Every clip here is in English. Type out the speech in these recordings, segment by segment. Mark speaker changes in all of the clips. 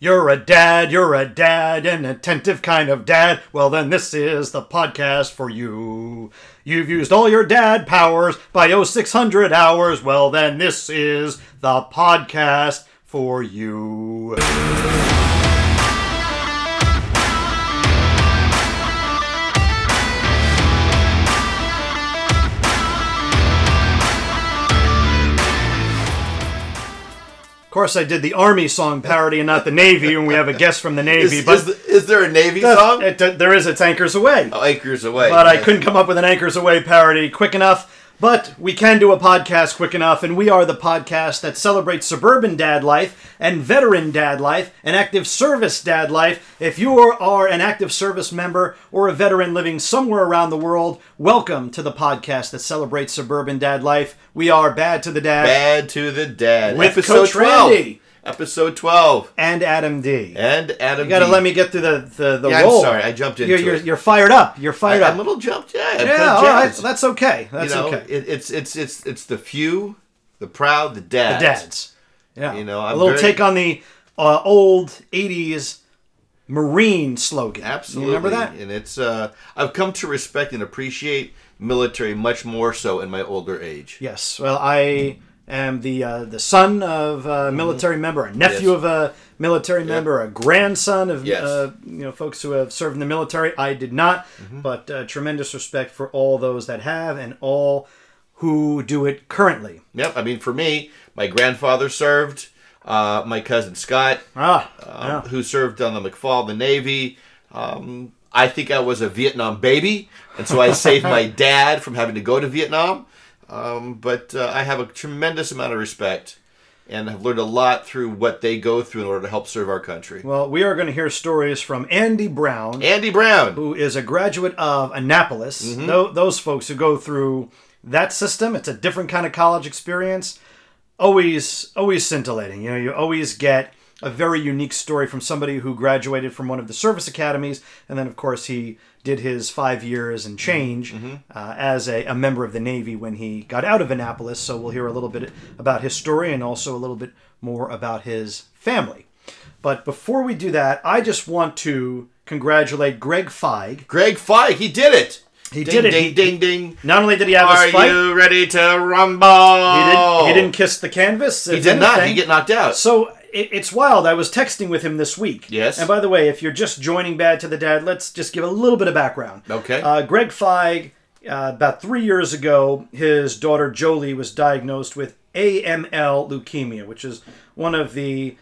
Speaker 1: You're a dad, you're a dad, an attentive kind of dad. Well, then this is the podcast for you. You've used all your dad powers by 0600 hours. Well, then this is the podcast for you. Of course, I did the Army song parody and not the Navy, and we have a guest from the
Speaker 2: Is,
Speaker 1: Navy.
Speaker 2: is,
Speaker 1: but
Speaker 2: the- is there a Navy song?
Speaker 1: It- it- there is its anchors away.
Speaker 2: oh, Acres Away.
Speaker 1: but I couldn't come up with an Anchors Away parody quick enough. But we can do a podcast quick enough, and we are the podcast that celebrates suburban dad life and veteran dad life and active service dad life. If you are, are an active service member or a veteran living somewhere around the world, welcome to the podcast that celebrates suburban dad life. We are Bad to the Dad
Speaker 2: Bad to the Dead.
Speaker 1: With
Speaker 2: Episode
Speaker 1: Coach
Speaker 2: 12.
Speaker 1: Randy.
Speaker 2: Episode 12.
Speaker 1: and Adam D.
Speaker 2: And Adam
Speaker 1: you gotta
Speaker 2: D.
Speaker 1: let me get through the, the, the
Speaker 2: Yeah, I'm
Speaker 1: role.
Speaker 2: sorry, I jumped into
Speaker 1: you're, you're,
Speaker 2: it.
Speaker 1: you're fired up. You're
Speaker 2: I,
Speaker 1: fired
Speaker 2: am
Speaker 1: up.
Speaker 2: a little jumped. Yeah, I
Speaker 1: yeah, all
Speaker 2: played
Speaker 1: right.
Speaker 2: jazz.
Speaker 1: That's okay. That's
Speaker 2: you know,
Speaker 1: okay.
Speaker 2: it, it's, it's, it's, it's the few, the proud, the
Speaker 1: the
Speaker 2: dads.
Speaker 1: dads. Yeah,
Speaker 2: You know,
Speaker 1: a
Speaker 2: I'm
Speaker 1: little
Speaker 2: very-
Speaker 1: take on the uh, old '80s Marine slogan.
Speaker 2: Absolutely.
Speaker 1: you remember that?
Speaker 2: And it's, uh, I've come to respect and appreciate military much more so in my older age.
Speaker 1: Yes. Well, I am the uh, the son of a military member, a nephew
Speaker 2: Mm-hmm.
Speaker 1: of
Speaker 2: Yes.
Speaker 1: a military member, a grandson of
Speaker 2: Yes.
Speaker 1: uh, you know folks who have served in the military. I did not,
Speaker 2: Mm-hmm.
Speaker 1: but uh, tremendous respect for all those that have and all who do it currently.
Speaker 2: Yep. I mean, for me, my grandfather served, uh, my cousin Scott.
Speaker 1: Ah,
Speaker 2: um,
Speaker 1: yeah.
Speaker 2: who served on the McFall, the Navy. Um, I think I was a Vietnam baby, and so I saved my dad from having to go to Vietnam. Um, but uh, I have a tremendous amount of respect and have learned a lot through what they go through in order to help serve our country.
Speaker 1: Well, we are going to hear stories from Andy Brown.
Speaker 2: Andy Brown.
Speaker 1: who is a graduate of Annapolis. Tho- those folks who go through that system, it's a different kind of college experience. Always, always scintillating. You know, you always get a very unique story from somebody who graduated from one of the service academies, and then of course he did his five years and change uh, as a, a member of the Navy when he got out of Annapolis. So we'll hear a little bit about his story and also a little bit more about his family. But before we do that, I just want to congratulate Greg Feig.
Speaker 2: Greg Feig, he did it.
Speaker 1: He
Speaker 2: ding,
Speaker 1: did it.
Speaker 2: Ding,
Speaker 1: He-
Speaker 2: ding, ding.
Speaker 1: Not only did he have
Speaker 2: Are
Speaker 1: his fight,
Speaker 2: you ready to
Speaker 1: he,
Speaker 2: rumble?
Speaker 1: didn't, he didn't kiss the canvas.
Speaker 2: He did not. He get knocked out.
Speaker 1: so it, it's wild. I was texting with him this week.
Speaker 2: Yes.
Speaker 1: And by the way, if you're just joining Bad to the Dad, let's just give a little bit of background.
Speaker 2: Okay.
Speaker 1: Uh, Greg Feig, uh, about three years ago, his daughter Jolie was diagnosed with AML leukemia, which is one of the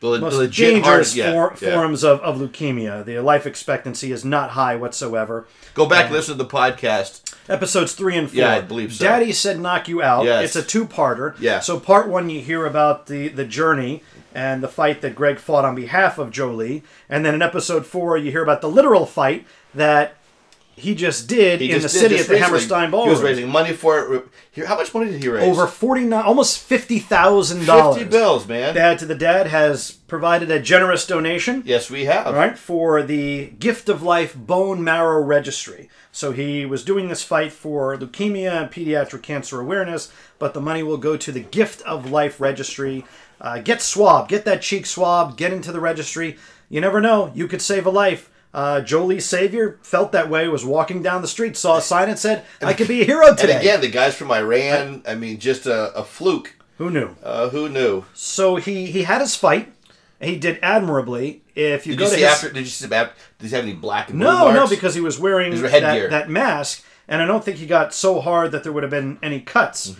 Speaker 2: The le-
Speaker 1: most
Speaker 2: the legit heart-
Speaker 1: dangerous
Speaker 2: yeah,
Speaker 1: for-
Speaker 2: yeah.
Speaker 1: forms of, of leukemia. The life expectancy is not high whatsoever.
Speaker 2: Go back and listen to the podcast.
Speaker 1: Episodes three and four.
Speaker 2: Yeah, I believe so.
Speaker 1: Daddy said knock you out.
Speaker 2: Yes.
Speaker 1: It's a two-parter.
Speaker 2: Yeah.
Speaker 1: So part one, you hear about the the journey and the fight that Greg fought on behalf of Jolie, and then in episode four, you hear about the literal fight that he just did
Speaker 2: He
Speaker 1: in the
Speaker 2: just did
Speaker 1: city
Speaker 2: this
Speaker 1: at the
Speaker 2: recently.
Speaker 1: Hammerstein
Speaker 2: He was
Speaker 1: Ballroom.
Speaker 2: raising money for it. Here, how much money did he raise?
Speaker 1: Over forty-nine, almost fifty thousand
Speaker 2: fifty
Speaker 1: dollars.
Speaker 2: bills, man.
Speaker 1: Dad to the Dad has provided a generous donation.
Speaker 2: yes, we have.
Speaker 1: All right, for the Gift of Life Bone Marrow Registry. So he was doing this fight for leukemia and pediatric cancer awareness, but the money will go to the Gift of Life Registry. Uh, get swabbed, get that cheek swabbed, get into the registry. You never know, you could save a life. Uh, Jolie Savior felt that way, was walking down the street, saw a sign and said, I could be a hero
Speaker 2: And
Speaker 1: today.
Speaker 2: again, the guys from Iran. I mean, just a, a fluke.
Speaker 1: Who knew?
Speaker 2: Uh, who knew?
Speaker 1: So he, he had his fight. He did admirably. If you
Speaker 2: Did
Speaker 1: go
Speaker 2: you
Speaker 1: to
Speaker 2: see
Speaker 1: his,
Speaker 2: after? Did you see him after? Did he have any black and blue
Speaker 1: No, no,
Speaker 2: marks?
Speaker 1: because he was wearing
Speaker 2: These were
Speaker 1: that,
Speaker 2: headgear.
Speaker 1: that mask, and I don't think he got so hard that there would have been any cuts.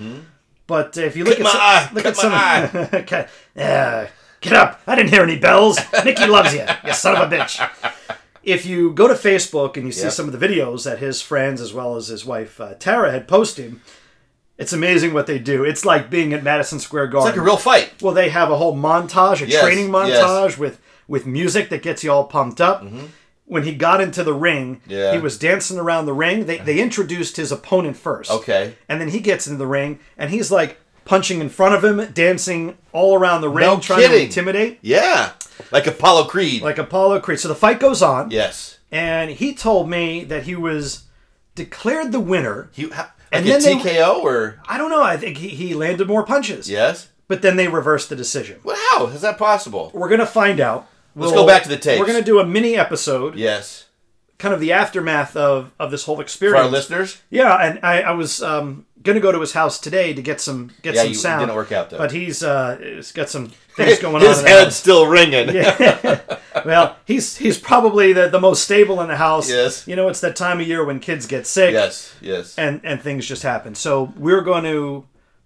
Speaker 1: But uh, if you look
Speaker 2: Cut
Speaker 1: at
Speaker 2: Mm-hmm. my
Speaker 1: some,
Speaker 2: eye,
Speaker 1: look at
Speaker 2: cut
Speaker 1: some,
Speaker 2: my
Speaker 1: Cut- uh, get up! I didn't hear any bells. Nikki loves you, you son of a bitch. If you go to Facebook and you see
Speaker 2: Yep.
Speaker 1: some of the videos that his friends as well as his wife uh, Tara had posted, it's amazing what they do. It's like being at Madison Square Garden.
Speaker 2: it's like a real fight.
Speaker 1: Well, they have a whole montage, a
Speaker 2: Yes,
Speaker 1: training
Speaker 2: yes.
Speaker 1: montage with with music that gets you all pumped up. When he got into the ring,
Speaker 2: Mm-hmm. Yeah.
Speaker 1: he was dancing around the ring. They they introduced his opponent first.
Speaker 2: Okay.
Speaker 1: And then he gets into the ring and he's like punching in front of him, dancing all around the ring,
Speaker 2: No
Speaker 1: trying to
Speaker 2: kidding.
Speaker 1: intimidate.
Speaker 2: Yeah, like Apollo Creed.
Speaker 1: Like Apollo Creed. So the fight goes on.
Speaker 2: yes.
Speaker 1: And he told me that he was declared the winner.
Speaker 2: He, ha,
Speaker 1: And then
Speaker 2: and then
Speaker 1: they-
Speaker 2: TKO or
Speaker 1: I don't know. I think he, he landed more punches.
Speaker 2: yes?
Speaker 1: But then they reversed the decision.
Speaker 2: Well, how is that possible?
Speaker 1: We're going to find out.
Speaker 2: Let's go back to the tapes.
Speaker 1: We're going to do a mini episode,
Speaker 2: Yes.
Speaker 1: kind of the aftermath of, of this whole
Speaker 2: For
Speaker 1: experience.
Speaker 2: our listeners,
Speaker 1: Yeah, and I, I was um, going to go to his house today to get some get
Speaker 2: Yeah,
Speaker 1: some
Speaker 2: you- it
Speaker 1: sound.
Speaker 2: didn't work out, though.
Speaker 1: But he's uh, he's got some things going
Speaker 2: his
Speaker 1: on. in the
Speaker 2: head's still ringing.
Speaker 1: house. Well, he's he's probably the, the most stable in the house.
Speaker 2: Yes.
Speaker 1: You know, it's that time of year when kids get sick.
Speaker 2: Yes, yes.
Speaker 1: and and things just happen. So we're going to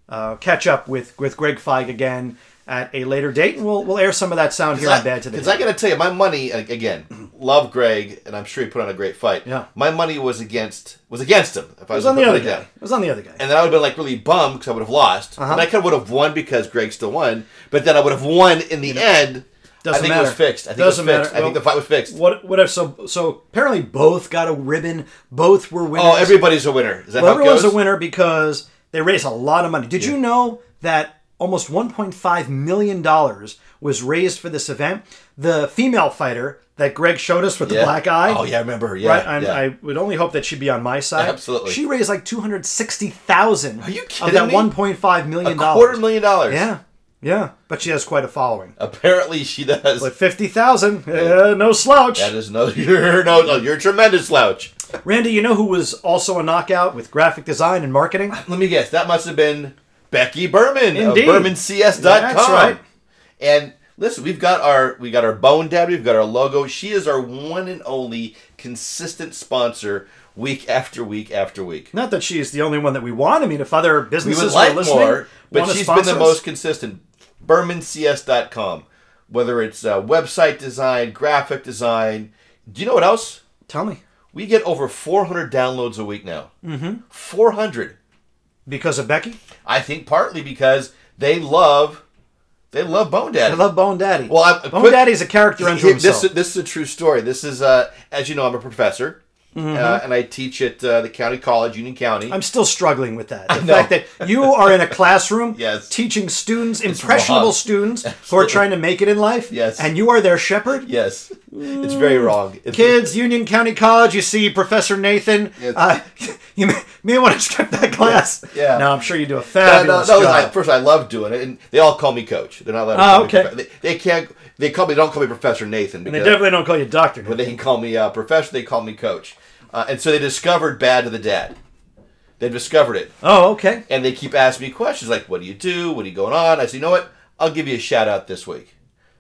Speaker 1: uh, catch up with with Greg Feig again at a later date, and we'll we'll air some of that sound here on Bad to the
Speaker 2: Because I got to tell you, my money ag- again. Love Greg, and I'm sure he put on a great fight.
Speaker 1: Yeah.
Speaker 2: My money was against was against him. If I
Speaker 1: It was on the other guy. Uh-huh.
Speaker 2: guy.
Speaker 1: It was on the other guy.
Speaker 2: And then I would have been like really bummed because I would have lost, and I kind of would have won because Greg still won. But then I would have won in the end.
Speaker 1: Doesn't
Speaker 2: I think it was
Speaker 1: matter.
Speaker 2: fixed. I think
Speaker 1: Doesn't
Speaker 2: it was fixed.
Speaker 1: matter.
Speaker 2: I think the
Speaker 1: Well,
Speaker 2: fight was fixed.
Speaker 1: what what if so so apparently both got a ribbon. Both were winners.
Speaker 2: oh, everybody's a winner. Is that
Speaker 1: well,
Speaker 2: how it goes?
Speaker 1: everyone's a winner because they raised a lot of money. Did you know that almost 1.5 million dollars was raised for this event? The female fighter that Greg showed us with
Speaker 2: Yeah.
Speaker 1: the black eye.
Speaker 2: Oh yeah, I remember her. Yeah,
Speaker 1: right? I'm,
Speaker 2: yeah.
Speaker 1: I would only hope that she'd be on my side.
Speaker 2: Absolutely.
Speaker 1: She raised like two hundred sixty thousand. Are
Speaker 2: you
Speaker 1: Of
Speaker 2: kidding
Speaker 1: that
Speaker 2: me?
Speaker 1: one point five million dollars.
Speaker 2: quarter million dollars.
Speaker 1: Yeah, yeah. But she has quite a following.
Speaker 2: Apparently she does.
Speaker 1: But fifty thousand, uh, no slouch.
Speaker 2: that is no, you're no, no, you're a tremendous slouch.
Speaker 1: Randy, you know who was also a knockout with graphic design and marketing?
Speaker 2: Let me guess. That must have been Becky Berman
Speaker 1: Indeed.
Speaker 2: of BermanCS.com.
Speaker 1: That's right.
Speaker 2: And listen, we've got our we got our bone dad, we've got our logo. She is our one and only consistent sponsor week after week after week.
Speaker 1: Not that she's the only one that we want. I mean, if other
Speaker 2: We
Speaker 1: businesses
Speaker 2: would like
Speaker 1: were listening,
Speaker 2: more, but
Speaker 1: wanna
Speaker 2: she's been
Speaker 1: sponsor
Speaker 2: the
Speaker 1: us,
Speaker 2: most consistent. BermanCS.com. Whether it's uh, website design, graphic design. Do you know what else?
Speaker 1: Tell me,
Speaker 2: We get over 400 downloads a week now. Mm-hmm. 400.
Speaker 1: because of Becky,
Speaker 2: I think partly because they love they love Bone Daddy.
Speaker 1: I love Bone Daddy.
Speaker 2: Well, I'm- a
Speaker 1: Bone
Speaker 2: quick-
Speaker 1: Daddy's a character unto
Speaker 2: Here, this,
Speaker 1: himself.
Speaker 2: this is a true story. This is uh, as you know, I'm a professor, uh, and I teach at uh, the county college, Union County.
Speaker 1: Mm-hmm. I'm still struggling with that. The
Speaker 2: know.
Speaker 1: fact that you are in a classroom
Speaker 2: Yes.
Speaker 1: teaching students, impressionable
Speaker 2: wrong.
Speaker 1: students who are trying to make it in life,
Speaker 2: Yes.
Speaker 1: and you are their shepherd.
Speaker 2: yes,
Speaker 1: Mm.
Speaker 2: it's very wrong. It's-
Speaker 1: Kids, Union County College, you see Professor Nathan.
Speaker 2: Yes.
Speaker 1: Uh, you may, may want to skip that class.
Speaker 2: Yeah.
Speaker 1: No, I'm sure you do a
Speaker 2: Uh, no,
Speaker 1: fabulous
Speaker 2: no, I,
Speaker 1: job.
Speaker 2: first, I love doing it, and they all call me coach. They're not allowed. To
Speaker 1: Ah,
Speaker 2: call me
Speaker 1: okay.
Speaker 2: profe- they, they can't. They call me. Don't call me Professor Nathan.
Speaker 1: they
Speaker 2: Because,
Speaker 1: definitely don't call you doctor.
Speaker 2: but they can call me uh, professor. They call me coach. Uh, and so they discovered Bad to the Dad. They discovered it.
Speaker 1: Oh, okay.
Speaker 2: and they keep asking me questions like, "What do you do? What are you going on?" I say, "You know what? I'll give you a shout out this week."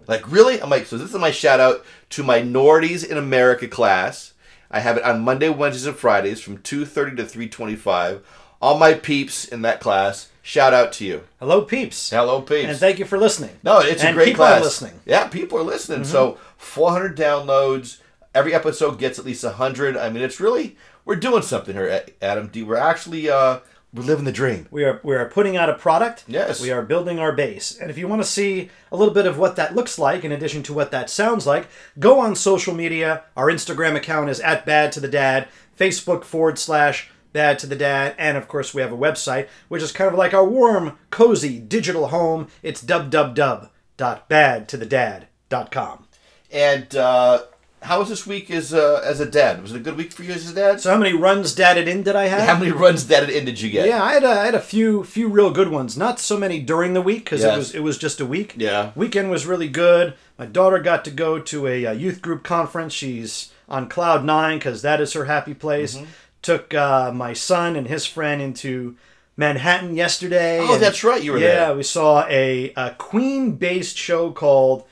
Speaker 2: Like, really? I'm like, so this is my shout out to minorities in America class. I have it on Monday, Wednesdays, and Fridays from two thirty to three twenty five. All my peeps in that class, shout out to you.
Speaker 1: Hello, peeps.
Speaker 2: Hello, peeps.
Speaker 1: And thank you for listening.
Speaker 2: No, it's
Speaker 1: And
Speaker 2: a great
Speaker 1: people are
Speaker 2: class.
Speaker 1: listening. Mm-hmm.
Speaker 2: Yeah, people are listening. So 400 downloads. Every episode gets at least 100. I mean, it's really we're doing something here, Adam D. We're actually uh, we're living the dream.
Speaker 1: We are we are putting out a product.
Speaker 2: Yes.
Speaker 1: We are building our base. And if you want to see a little bit of what that looks like, in addition to what that sounds like, go on social media. Our Instagram account is at Bad to the Dad, Facebook forward slash Bad to the Dad, and of course we have a website, which is kind of like our warm, cozy digital home. It's www.badtothedad.com.
Speaker 2: And uh, how was this week as uh, as a dad? Was it a good week for you as a dad?
Speaker 1: So how many runs dadded in did I have?
Speaker 2: how many runs dad in did you get?
Speaker 1: Yeah, I had a, I had a few few real good ones. Not so many during the week because
Speaker 2: Yes.
Speaker 1: it was it was just a week.
Speaker 2: Yeah.
Speaker 1: weekend was really good. My daughter got to go to a, uh youth group conference. She's on cloud nine because that is her happy place.
Speaker 2: Mm-hmm.
Speaker 1: Took uh, my son and his friend into Manhattan yesterday.
Speaker 2: Oh,
Speaker 1: and-
Speaker 2: that's right, you were
Speaker 1: yeah,
Speaker 2: there.
Speaker 1: we saw a, a Queen based show called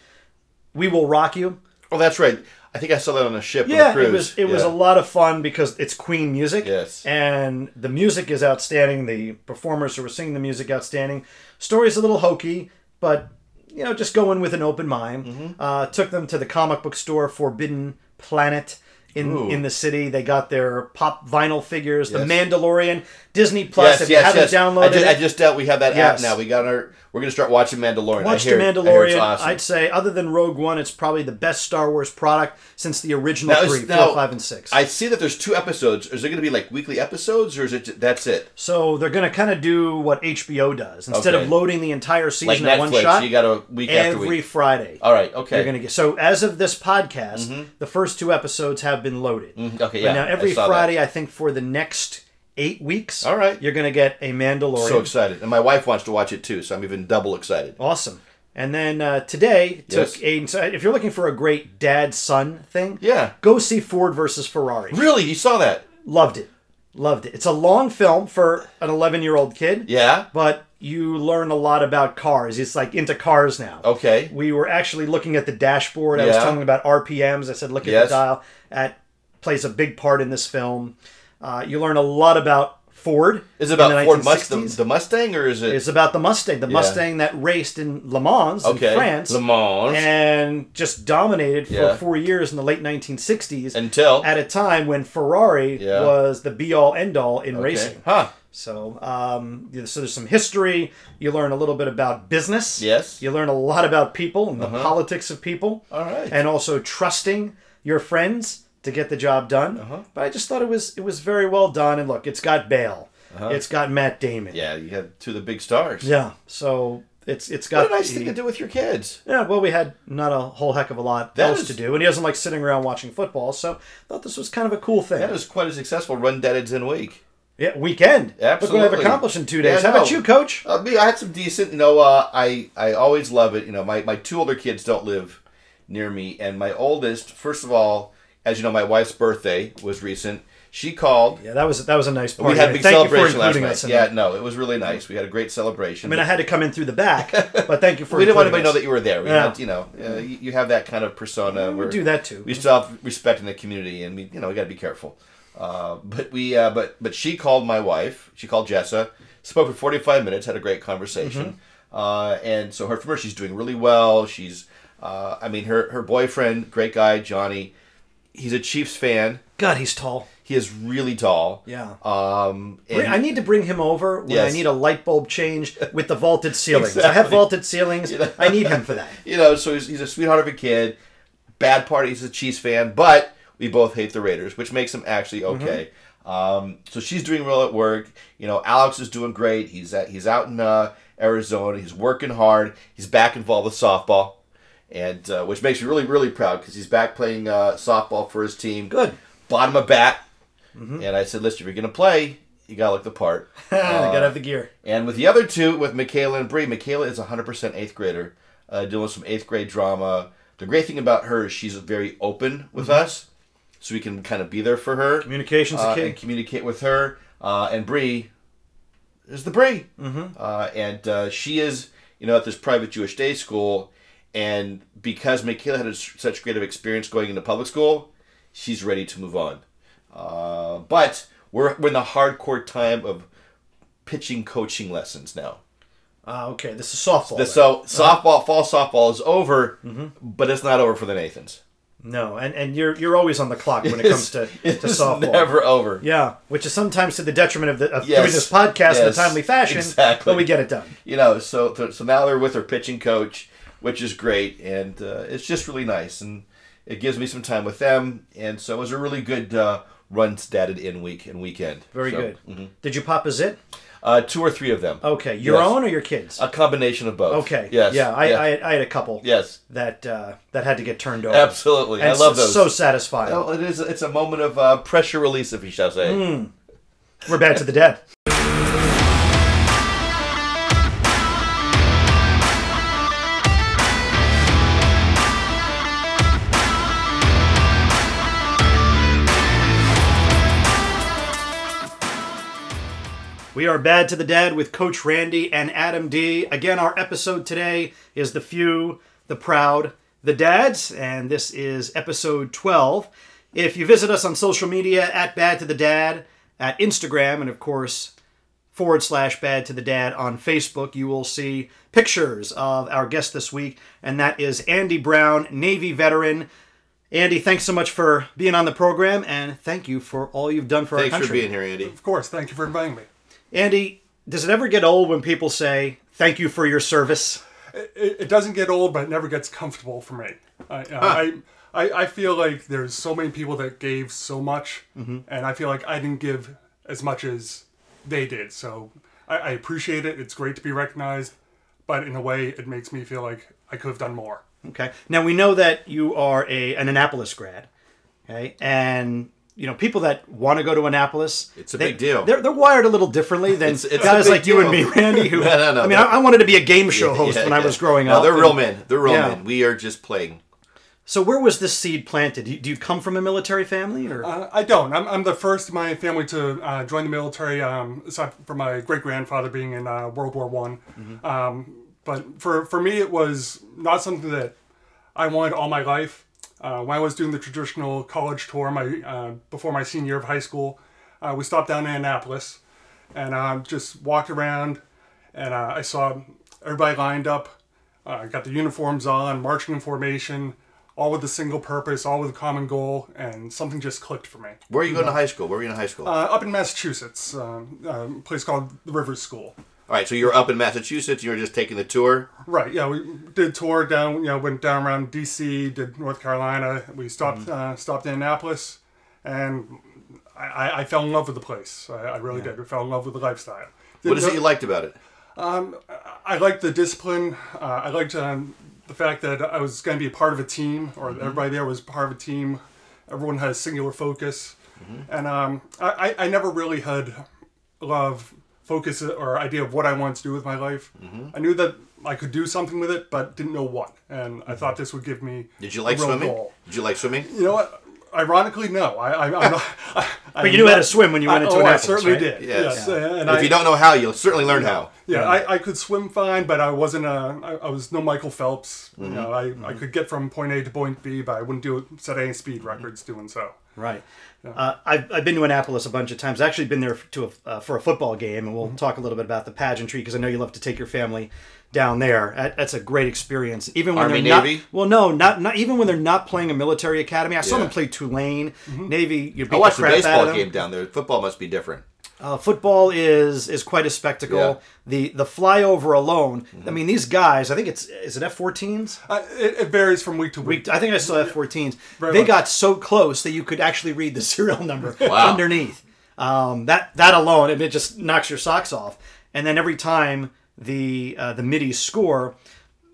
Speaker 1: "We Will Rock You."
Speaker 2: Oh, that's right. I think I saw that on a ship on a
Speaker 1: Yeah,
Speaker 2: cruise.
Speaker 1: it was it was a
Speaker 2: Yeah.
Speaker 1: lot of fun because it's Queen music.
Speaker 2: Yes.
Speaker 1: And the music is outstanding. The performers who were singing the music outstanding. Story's a little hokey, but you know, just go in with an open mind.
Speaker 2: Mm-hmm.
Speaker 1: Uh, took them to the comic book store Forbidden Planet. In,
Speaker 2: Ooh.
Speaker 1: in the city, they got their pop vinyl figures, The
Speaker 2: Yes.
Speaker 1: Mandalorian, Disney Plus.
Speaker 2: Yes,
Speaker 1: if
Speaker 2: yes,
Speaker 1: you
Speaker 2: yes.
Speaker 1: haven't downloaded
Speaker 2: I just,
Speaker 1: it,
Speaker 2: I just doubt we have that
Speaker 1: Yes.
Speaker 2: app now. We got our. We're gonna start watching Mandalorian.
Speaker 1: Watch
Speaker 2: I hear,
Speaker 1: The
Speaker 2: it- I hear it's
Speaker 1: Mandalorian.
Speaker 2: awesome.
Speaker 1: I'd say, other than Rogue One, it's probably the best Star Wars product since the original
Speaker 2: Now, is-
Speaker 1: three,
Speaker 2: now,
Speaker 1: four, five, and six.
Speaker 2: I see that there's two episodes. Is there going to be like weekly episodes, or is it ju- that's it?
Speaker 1: So they're going to kind of do what HBO does instead
Speaker 2: Okay.
Speaker 1: of loading the entire
Speaker 2: Like
Speaker 1: season at
Speaker 2: Netflix,
Speaker 1: one shot.
Speaker 2: you got a week after
Speaker 1: every
Speaker 2: week.
Speaker 1: Friday.
Speaker 2: All right,
Speaker 1: You're
Speaker 2: okay.
Speaker 1: going to get so as of this podcast, the first two episodes have been loaded.
Speaker 2: okay,
Speaker 1: But
Speaker 2: Mm-hmm. yeah,
Speaker 1: now
Speaker 2: I
Speaker 1: every
Speaker 2: saw that.
Speaker 1: Friday, I think for the next eight weeks,
Speaker 2: All right.
Speaker 1: you're going to get a Mandalorian.
Speaker 2: so excited, and my wife wants to watch it too, so I'm even double excited.
Speaker 1: awesome. And then uh, today
Speaker 2: Yes.
Speaker 1: took Aiden. So if you're looking for a great dad son thing,
Speaker 2: Yeah.
Speaker 1: go see Ford versus Ferrari.
Speaker 2: Really, you saw that?
Speaker 1: Loved it, loved it. It's a long film for an 11 year old kid.
Speaker 2: Yeah.
Speaker 1: but you learn a lot about cars. It's like into cars now.
Speaker 2: Okay.
Speaker 1: We were actually looking at the dashboard. I was
Speaker 2: Oh. Yeah.
Speaker 1: talking about RPMs. I said, look at
Speaker 2: Yes.
Speaker 1: the dial. That plays a big part in this film. Uh, you learn a lot about Ford.
Speaker 2: Is it
Speaker 1: in
Speaker 2: about Ford Must the,
Speaker 1: 1960s.
Speaker 2: the Mustang or is it
Speaker 1: It's about the Mustang, the Mustang that raced in Le Mans
Speaker 2: okay
Speaker 1: in France
Speaker 2: Le Mans
Speaker 1: and just dominated for
Speaker 2: Yeah.
Speaker 1: four years in the late 1960s
Speaker 2: until
Speaker 1: at a time when Ferrari
Speaker 2: Yeah.
Speaker 1: was the be all end all in
Speaker 2: okay.
Speaker 1: racing.
Speaker 2: Huh?
Speaker 1: So, um, yeah, so there's some history. You learn a little bit about business.
Speaker 2: Yes. Uh-huh.
Speaker 1: You learn a lot about people and the politics of people,
Speaker 2: All right.
Speaker 1: and also trusting your friends to get the job done. Uh-huh. But I just thought it was it was very well done. And look, it's got Bale. It's got Matt Damon.
Speaker 2: Uh-huh. yeah, you had two of the big stars.
Speaker 1: Yeah. So it's it's
Speaker 2: What
Speaker 1: got.
Speaker 2: a nice
Speaker 1: the-
Speaker 2: thing to do with your kids.
Speaker 1: yeah, well, we had not a whole heck of a lot
Speaker 2: That
Speaker 1: else
Speaker 2: is-
Speaker 1: to do, and he doesn't like sitting around watching football, so thought this was kind of a cool thing.
Speaker 2: That was quite a successful run daddies in week.
Speaker 1: yeah, weekend. Look what I've
Speaker 2: Absolutely.
Speaker 1: accomplished in two days.
Speaker 2: Yeah,
Speaker 1: How about
Speaker 2: no.
Speaker 1: you, Coach?
Speaker 2: Uh, me, I had some decent. You know, uh, I I always love it. You know, my my two older kids don't live near me, and my oldest, first of all, as you know, my wife's birthday was recent. She called.
Speaker 1: Yeah, that was that was a nice party.
Speaker 2: We had a
Speaker 1: And
Speaker 2: big
Speaker 1: Thank you
Speaker 2: celebration
Speaker 1: for
Speaker 2: last
Speaker 1: including us.
Speaker 2: night.
Speaker 1: in
Speaker 2: Yeah,
Speaker 1: that.
Speaker 2: no, it was really nice. We had a great celebration.
Speaker 1: I mean, I had to come in through the back, but thank you for.
Speaker 2: we didn't want
Speaker 1: including
Speaker 2: anybody to know
Speaker 1: us.
Speaker 2: that you were there. We
Speaker 1: Yeah.
Speaker 2: had, you know, uh, you, you have that kind of persona.
Speaker 1: We
Speaker 2: where-
Speaker 1: do that too.
Speaker 2: we still have respect in the community, and we you know we got to be careful. Uh, but we uh, but but she called my wife. She called Jessa. Spoke for forty five minutes. Had a great conversation.
Speaker 1: Mm-hmm.
Speaker 2: Uh, and so heard from her. She's doing really well. She's uh, I mean her her boyfriend, great guy Johnny. He's a Chiefs fan.
Speaker 1: God, he's tall.
Speaker 2: He is really tall.
Speaker 1: Yeah.
Speaker 2: Um. and-
Speaker 1: I need to bring him over when I
Speaker 2: Yes.
Speaker 1: need a light bulb change with the vaulted ceilings. I have vaulted ceilings. I need him for that.
Speaker 2: you know, so he's, he's a sweetheart of a kid. Bad part, he's a Chiefs fan, but we both hate the Raiders, which makes him actually okay. Um, so she's doing well at work. You know, Alex is doing great. He's at, he's out in uh, Arizona. He's working hard. He's back involved with softball, and uh, which makes me really really proud because he's back playing uh, softball for his team.
Speaker 1: Good.
Speaker 2: Bottom of bat, and I said, listen, if you're gonna play, you gotta look the part.
Speaker 1: Ah, I
Speaker 2: Uh,
Speaker 1: gotta have the gear.
Speaker 2: And with the other two, with Michaela and Bree, Michaela is 100% eighth grader, uh, dealing with some eighth grade drama. The great thing about her is she's very open with us, so we can kind of be there for her
Speaker 1: Communication's
Speaker 2: uh,
Speaker 1: a key.
Speaker 2: and communicate with her. Uh, and Bree is the Bree, mm-hmm. uh, and uh, she is you know at this private Jewish day school, and because Michaela had a, s- such great of experience going into public school, she's ready to move on. Uh, but we're we're in the hardcore time of pitching coaching lessons now.
Speaker 1: Ah, okay, this is softball.
Speaker 2: The-
Speaker 1: then.
Speaker 2: So softball, fall softball is over, but it's not over for the Nathans.
Speaker 1: no, and, and you're you're always on the clock when it comes to, to
Speaker 2: It's
Speaker 1: softball.
Speaker 2: never over.
Speaker 1: Yeah, which is sometimes to the detriment of, the, of
Speaker 2: Yes.
Speaker 1: doing this podcast in a
Speaker 2: Yes.
Speaker 1: timely fashion.
Speaker 2: Exactly.
Speaker 1: But we get it done.
Speaker 2: you know so so now they're with their pitching coach which is great and uh, it's just really nice and it gives me some time with them and so it was a really good uh, run statted in week and weekend
Speaker 1: Very
Speaker 2: So, mm-hmm.
Speaker 1: good. Did you pop a zit?
Speaker 2: uh, two or three of them
Speaker 1: Okay, your
Speaker 2: Yes.
Speaker 1: own or your kids?
Speaker 2: a combination of both
Speaker 1: Okay.
Speaker 2: yes
Speaker 1: Yeah. I,
Speaker 2: yeah.
Speaker 1: I, had- I had a couple.
Speaker 2: yes
Speaker 1: That uh, that had to get turned over.
Speaker 2: absolutely
Speaker 1: And
Speaker 2: i love
Speaker 1: so-
Speaker 2: those
Speaker 1: So satisfying.
Speaker 2: Oh, it is it's a moment of uh, pressure release if you shall say
Speaker 1: Mm, We're bad to the dead. We are Bad to the Dead with Coach Randy and Adam D. Again, our episode today is The Few, The Proud, The Dads, and this is episode 12. If you visit us on social media at Bad to the Dad, at Instagram, and of course, forward slash Bad to the Dad on Facebook, you will see pictures of our guest this week, and that is Andy Brown, Navy veteran. Andy, thanks so much for being on the program, and thank you for all you've done for our
Speaker 2: thanks
Speaker 1: country.
Speaker 2: for being here andy
Speaker 3: Of course, thank you for inviting me.
Speaker 1: Andy, does it ever get old when people say thank you for your service?
Speaker 3: It, it doesn't get old, but it never gets comfortable for me. I, uh, I, I, I feel like there's so many people that gave so much, and I feel like I didn't give as much as they did. So I, I appreciate it. It's great to be recognized, but in a way, it makes me feel like I could have done more.
Speaker 1: Okay. Now we know that you are a an Annapolis grad, okay, and you know people that want to go to Annapolis.
Speaker 2: It's a
Speaker 1: they-
Speaker 2: big deal.
Speaker 1: They're, they're wired a little differently than
Speaker 2: It's- it's a
Speaker 1: guys
Speaker 2: big
Speaker 1: like you and me,
Speaker 2: deal.
Speaker 1: Randy. Who
Speaker 2: No, no, no,
Speaker 1: I mean,
Speaker 2: no.
Speaker 1: I, I wanted to be a game show host
Speaker 2: Yeah,
Speaker 1: when I
Speaker 2: yeah.
Speaker 1: was growing
Speaker 2: no,
Speaker 1: up.
Speaker 2: They're
Speaker 1: and-
Speaker 2: real men. They're real
Speaker 1: Yeah.
Speaker 2: men. We are just playing.
Speaker 1: So where was this seed planted? Do you, do you come from a military family, or
Speaker 3: Uh, I don't. I'm, I'm the first in my family to uh, join the military, um, aside from my great grandfather being in uh, World War One. Um, but for for me, it was not something that I wanted all my life. Uh, when I was doing the traditional college tour, my uh, before my senior year of high school, uh, we stopped down in Annapolis, and uh, just walked around, and uh, I saw everybody lined up, uh, got the uniforms on, marching in formation, all with a single purpose, all with a common goal, and something just clicked for me.
Speaker 2: Where are you going
Speaker 1: Mm-hmm.
Speaker 2: to high school? Where were you in high school?
Speaker 3: Uh, up in Massachusetts, um, a place called the Rivers School.
Speaker 2: All right, so you're up in Massachusetts. You're just taking the tour.
Speaker 3: Right. Yeah, we did tour down. You know, went down around D.C., did North Carolina. We stopped
Speaker 2: Mm.
Speaker 3: uh, stopped in Annapolis, and I- I, I fell in love with the place. I, I really did. I fell in love with the lifestyle.
Speaker 2: What is it you liked about it?
Speaker 3: I liked the discipline. Uh, I liked um, the fact that I was going to be a part of a team, or
Speaker 1: Mm-hmm.
Speaker 3: that everybody there was part of a team. Everyone had a singular focus,
Speaker 1: Mm-hmm.
Speaker 3: and um, I, I I never really had a lot of focus or idea of what I wanted to do with my life.
Speaker 1: Mm-hmm.
Speaker 3: I knew that I could do something with it, but didn't know what. And
Speaker 1: Mm-hmm.
Speaker 3: I thought this would give me.
Speaker 2: Did you like
Speaker 3: a real
Speaker 2: swimming?
Speaker 3: goal.
Speaker 2: Did you like swimming?
Speaker 3: You know what? Ironically, no. I, I, I'm not. I,
Speaker 1: but you knew how to swim when you went into
Speaker 3: oh, I
Speaker 1: Annapolis,
Speaker 3: certainly
Speaker 1: right?
Speaker 3: did.
Speaker 2: Yes.
Speaker 3: Yes. And
Speaker 2: if
Speaker 3: I,
Speaker 2: you don't know how, you'll certainly learn how.
Speaker 3: yeah, I, I could swim fine, but I wasn't a I, I was no Michael Phelps. You know, I, I could get from point A to point B, but I wouldn't do set any speed records doing so.
Speaker 1: Right. Uh, I've, I've been to Annapolis a bunch of times. I've actually been there to a, uh, for a football game, and we'll talk a little bit about the pageantry because I know you love to take your family down there. That, that's a great experience. Even when
Speaker 2: Army,
Speaker 1: they're not,
Speaker 2: Navy?
Speaker 1: well, no, not not even when they're not playing a military academy. I saw
Speaker 2: Yeah.
Speaker 1: them play Tulane, Navy. You beat
Speaker 2: I watched
Speaker 1: the
Speaker 2: the
Speaker 1: crap out of
Speaker 2: baseball
Speaker 1: them.
Speaker 2: game down there. Football must be different.
Speaker 1: Uh, football is is quite a spectacle.
Speaker 2: Yeah. Mm-hmm.
Speaker 1: The the flyover alone. I mean, these guys. I think it's is it F 14s.
Speaker 3: I, it, it varies from week to week.
Speaker 1: I think I saw F-14s. they
Speaker 3: much.
Speaker 1: got so close that you could actually read the serial number
Speaker 2: Wow.
Speaker 1: underneath. Um, that that alone, and it just knocks your socks off. And then every time the uh, the middies score,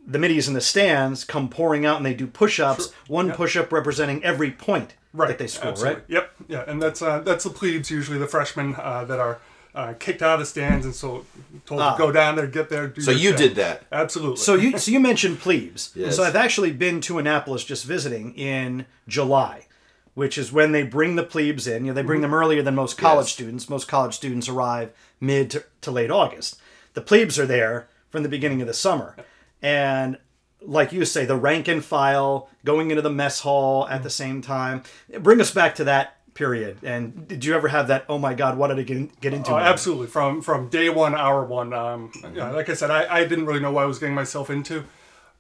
Speaker 1: the middies in the stands come pouring out and they do push-ups. One push-up representing every point that they score.
Speaker 3: absolutely.
Speaker 1: Right.
Speaker 3: Yep. Yeah, and that's uh, that's the plebes usually the freshmen uh, that are uh, kicked out of the stands and so told to go down there, get there. Do
Speaker 2: So you did that.
Speaker 3: Absolutely.
Speaker 1: So you so you mentioned plebes.
Speaker 2: Yes.
Speaker 1: So I've actually been to Annapolis just visiting in July, which is when they bring the plebes in. You know, they bring them earlier than most college
Speaker 2: Yes.
Speaker 1: students. Most college students arrive mid to, to late August. The plebes are there from the beginning of the summer, and like you say, the rank and file going into the mess hall at the same time. Bring us back to that period. And did you ever have that? Oh my God, what did I get, in- get into?
Speaker 3: Oh,
Speaker 1: moment?
Speaker 3: absolutely. From from day one, hour one. Um,
Speaker 2: Mm-hmm.
Speaker 3: yeah, like I said, I, I didn't really know what I was getting myself into,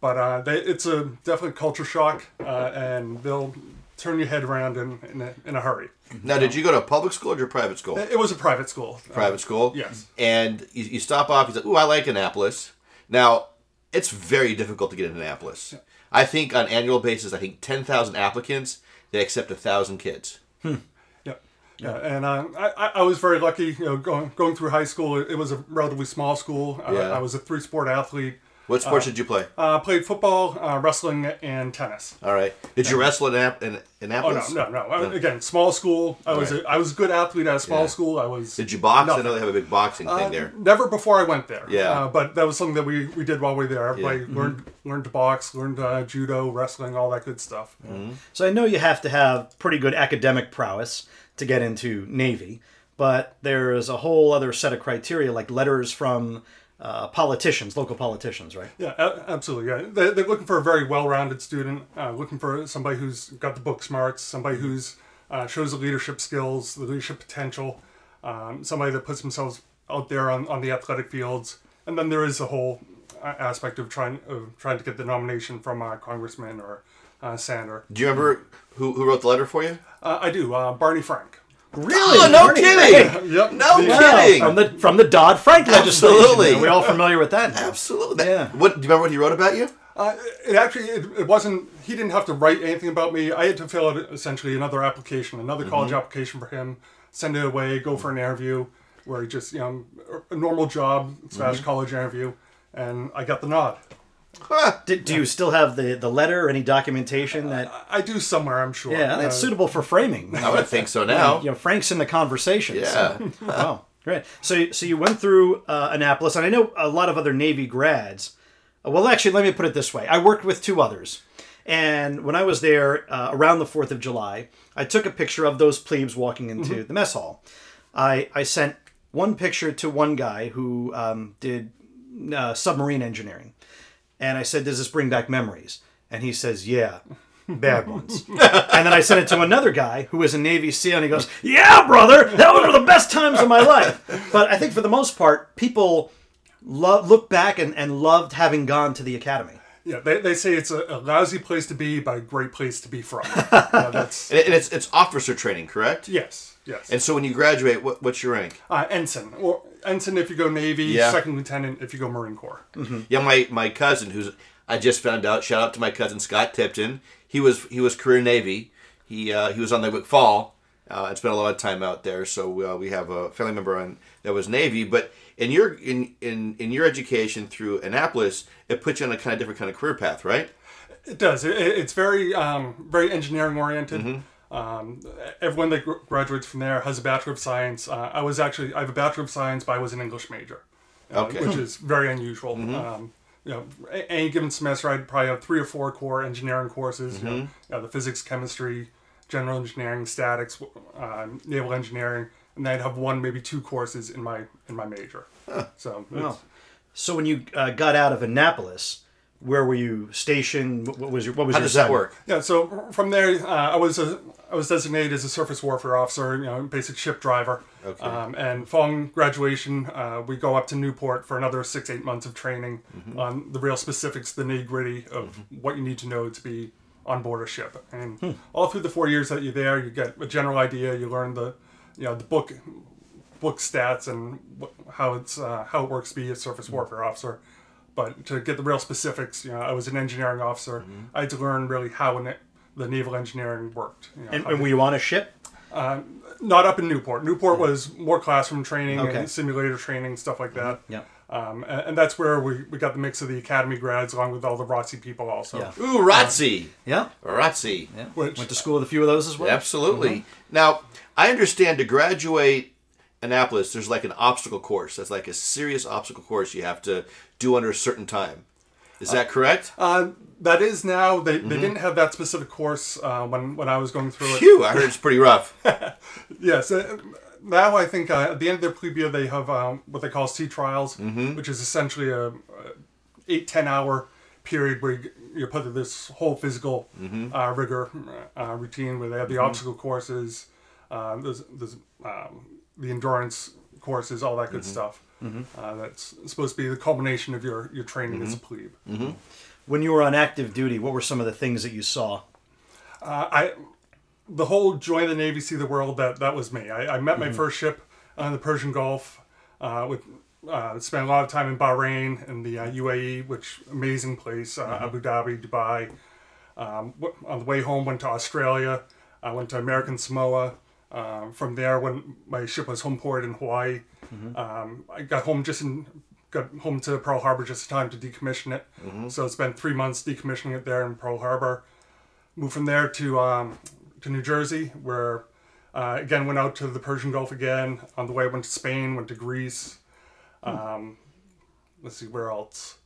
Speaker 3: but uh, they, it's a definite culture shock, uh, and they'll turn your head around in in a, in a hurry.
Speaker 2: Now, did you go to a public school or your private school?
Speaker 3: It was a private school. Uh,
Speaker 2: private school.
Speaker 3: yes.
Speaker 2: And you, you stop off. You say, "Ooh, I like Annapolis." Now, it's very difficult to get in Annapolis. I think on annual basis, I think ten thousand applicants. They accept thousand kids.
Speaker 3: Yeah, yeah, and uh, I, I- I was very lucky. You know, going going through high school, it, it was a relatively small school. Uh,
Speaker 2: Yeah.
Speaker 3: I was a three sport athlete.
Speaker 2: What sports did you play?
Speaker 3: Uh, played football, uh, wrestling, and tennis.
Speaker 2: All right. Did you wrestle in, Annap- in
Speaker 3: uh, Oh no,
Speaker 2: Annapolis?
Speaker 3: no, no! I- Again, small school. I was
Speaker 2: Right.
Speaker 3: a, I was a good athlete at a small
Speaker 2: Yeah.
Speaker 3: school. I was.
Speaker 2: Did you box? I
Speaker 3: Nothing. Uh,
Speaker 2: know they have a big boxing thing there.
Speaker 3: Never before I went there.
Speaker 2: Yeah.
Speaker 3: Uh, but that was something that we, we did while we were there. Everybody learned learned to box, learned uh, judo, wrestling, all that good stuff.
Speaker 1: So I know you have to have pretty good academic prowess to get into Navy, but there is a whole other set of criteria, like letters from uh, politicians, local politicians, right?
Speaker 3: Yeah, a- absolutely. Yeah, they're, they're looking for a very well-rounded student. Uh, looking for somebody who's got the book smarts, somebody who's uh, shows the leadership skills, the leadership potential, um, somebody that puts themselves out there on, on the athletic fields. And then there is the whole uh, aspect of trying of trying to get the nomination from a congressman or uh, senator.
Speaker 2: Do you remember who, who wrote the letter for you?
Speaker 3: Uh, I do. Uh, Barney Frank.
Speaker 1: Really?
Speaker 2: Oh, no
Speaker 1: Pretty
Speaker 2: kidding!
Speaker 1: great.
Speaker 3: Yep.
Speaker 2: No
Speaker 3: Yeah.
Speaker 1: Wow,
Speaker 2: kidding!
Speaker 1: From the from the Dodd Frank legislation.
Speaker 2: Absolutely.
Speaker 1: Are we all familiar with that? now?
Speaker 2: Absolutely. That-
Speaker 1: Yeah.
Speaker 2: What do you remember what he wrote about you?
Speaker 3: Uh, it actually it, it wasn't he didn't have to write anything about me i had to fill out essentially another application another
Speaker 1: Mm-hmm.
Speaker 3: college application for him send it away go for an interview where
Speaker 1: Mm-hmm.
Speaker 3: he just you know a normal job slash college interview and i got the nod
Speaker 1: Did, do you still have the, the letter? Any documentation that?
Speaker 3: I do somewhere, I'm sure.
Speaker 1: Yeah, that's
Speaker 3: Uh,
Speaker 1: suitable for framing.
Speaker 2: I would think so now.
Speaker 1: you know, Frank's in the conversation.
Speaker 2: Yeah.
Speaker 1: So. wow. Great. So, so you went through uh, Annapolis, and I know a lot of other Navy grads. Uh, Well, actually, let me put it this way: I worked with two others, and when I was there uh, around the Fourth of July, I took a picture of those plebes walking into the mess hall. I I sent one picture to one guy who um, did uh, submarine engineering, and I said, "Does this bring back memories?" And he says, "Yeah." Bad ones. and then I sent it to another guy who was a Navy SEAL, and he goes, Yeah, brother, those were the best times of my life. But I think for the most part, people lo- look back and, and loved having gone to the academy.
Speaker 3: Yeah, they, they say it's a, a lousy place to be, but a great place to be from. Uh, that's
Speaker 2: And, it- and it's it's officer training, correct?
Speaker 3: yes, yes.
Speaker 2: And so when you graduate, what, what's your rank?
Speaker 3: uh, ensign or ensign if you go Navy,
Speaker 2: Yeah.
Speaker 3: second lieutenant if you go Marine Corps.
Speaker 2: Yeah, my, my cousin, who's I just found out. Shout out to my cousin Scott Tipton. He was he was career Navy. He uh, he was on the McFall uh, and spent a lot of time out there. So uh, we have a family member on that was Navy. But in your in, in in your education through Annapolis, it puts you on a kind of different kind of career path, right?
Speaker 3: It does. It, it- it's very um, very engineering oriented. Um, everyone that gr- graduates from there has a bachelor of science. Uh, I was actually I have a bachelor of science, but I was an English major, uh,
Speaker 2: Okay.
Speaker 3: which is very unusual. Um, you know, a- any given semester, I'd probably have three or four core engineering courses. You, know, you know, the physics, chemistry, general engineering, statics, uh, naval engineering, and then I'd have one, maybe two courses in my in my major. So it's-
Speaker 1: So when you uh, got out of Annapolis, where were you stationed? What, what was your what was
Speaker 2: How
Speaker 1: your
Speaker 2: does that
Speaker 1: assignment?
Speaker 2: work?
Speaker 3: Yeah, so from there, uh, I was a, I was designated as a surface warfare officer, you know, basic ship driver.
Speaker 2: Okay.
Speaker 3: Um, and following graduation, uh, we go up to Newport for another six eight months of training on the real specifics, the nitty gritty of what you need to know to be on board a ship. And all through the four years that you're there, you get a general idea. You learn the, you know, the book, book stats and wh- how it's uh, how it works to be a surface
Speaker 1: Mm-hmm.
Speaker 3: warfare officer. But to get the real specifics, you know, I was an engineering officer.
Speaker 1: Mm-hmm.
Speaker 3: I had to learn really how an, the naval engineering worked. You know,
Speaker 1: And,
Speaker 3: how
Speaker 1: and
Speaker 3: to-
Speaker 1: were you on a ship?
Speaker 3: not up in Newport. Newport was more classroom training
Speaker 1: Okay. Mm-hmm.
Speaker 3: and simulator training, stuff like that.
Speaker 1: Yeah.
Speaker 3: Um, a- and, that's where we, we got the mix of the academy grads along with all the ROTC people also.
Speaker 1: Yeah.
Speaker 2: Ooh, ROTC.
Speaker 1: Yeah.
Speaker 2: ROTC.
Speaker 1: Yeah.
Speaker 3: Which-
Speaker 1: Went to school with a few of those as well.
Speaker 2: Absolutely.
Speaker 3: Mm-hmm.
Speaker 2: Now, I understand to graduate Annapolis, there's like an obstacle course. That's like a serious obstacle course you have to do under a certain time. Is that correct?
Speaker 3: Uh, that is now, they,
Speaker 1: Mm-hmm.
Speaker 3: they didn't have that specific course uh, when, when I was going through it.
Speaker 2: Phew, I heard it's pretty rough.
Speaker 3: Yes. uh, Now I think uh, at the end of their plebe year, they have um, what they call sea trials, which is essentially a, a eight ten hour period where you- you're put through this whole physical uh, rigor uh, routine where they have the obstacle courses, uh, there's, there's, um, the endurance courses, all that good stuff. Uh, that's supposed to be the culmination of your, your training as a plebe.
Speaker 1: When you were on active duty, what were some of the things that you saw?
Speaker 3: Uh, I the whole join the navy, see the world that that was me. I, I met my first ship on the Persian Gulf. Uh, with uh, spent a lot of time in Bahrain and the uh, UAE, which amazing place. Uh, Abu Dhabi, Dubai. Um, w- on the way home, went to Australia. I went to American Samoa. Um, from there, when my ship was home ported in Hawaii, um, I got home just in got home to Pearl Harbor just in time to decommission it. So I spent three months decommissioning it there in Pearl Harbor moved from there to um, to New Jersey, where uh, again went out to the Persian Gulf again. On the way, went to Spain, went to Greece.
Speaker 1: Hmm.
Speaker 3: Um, let's see where else.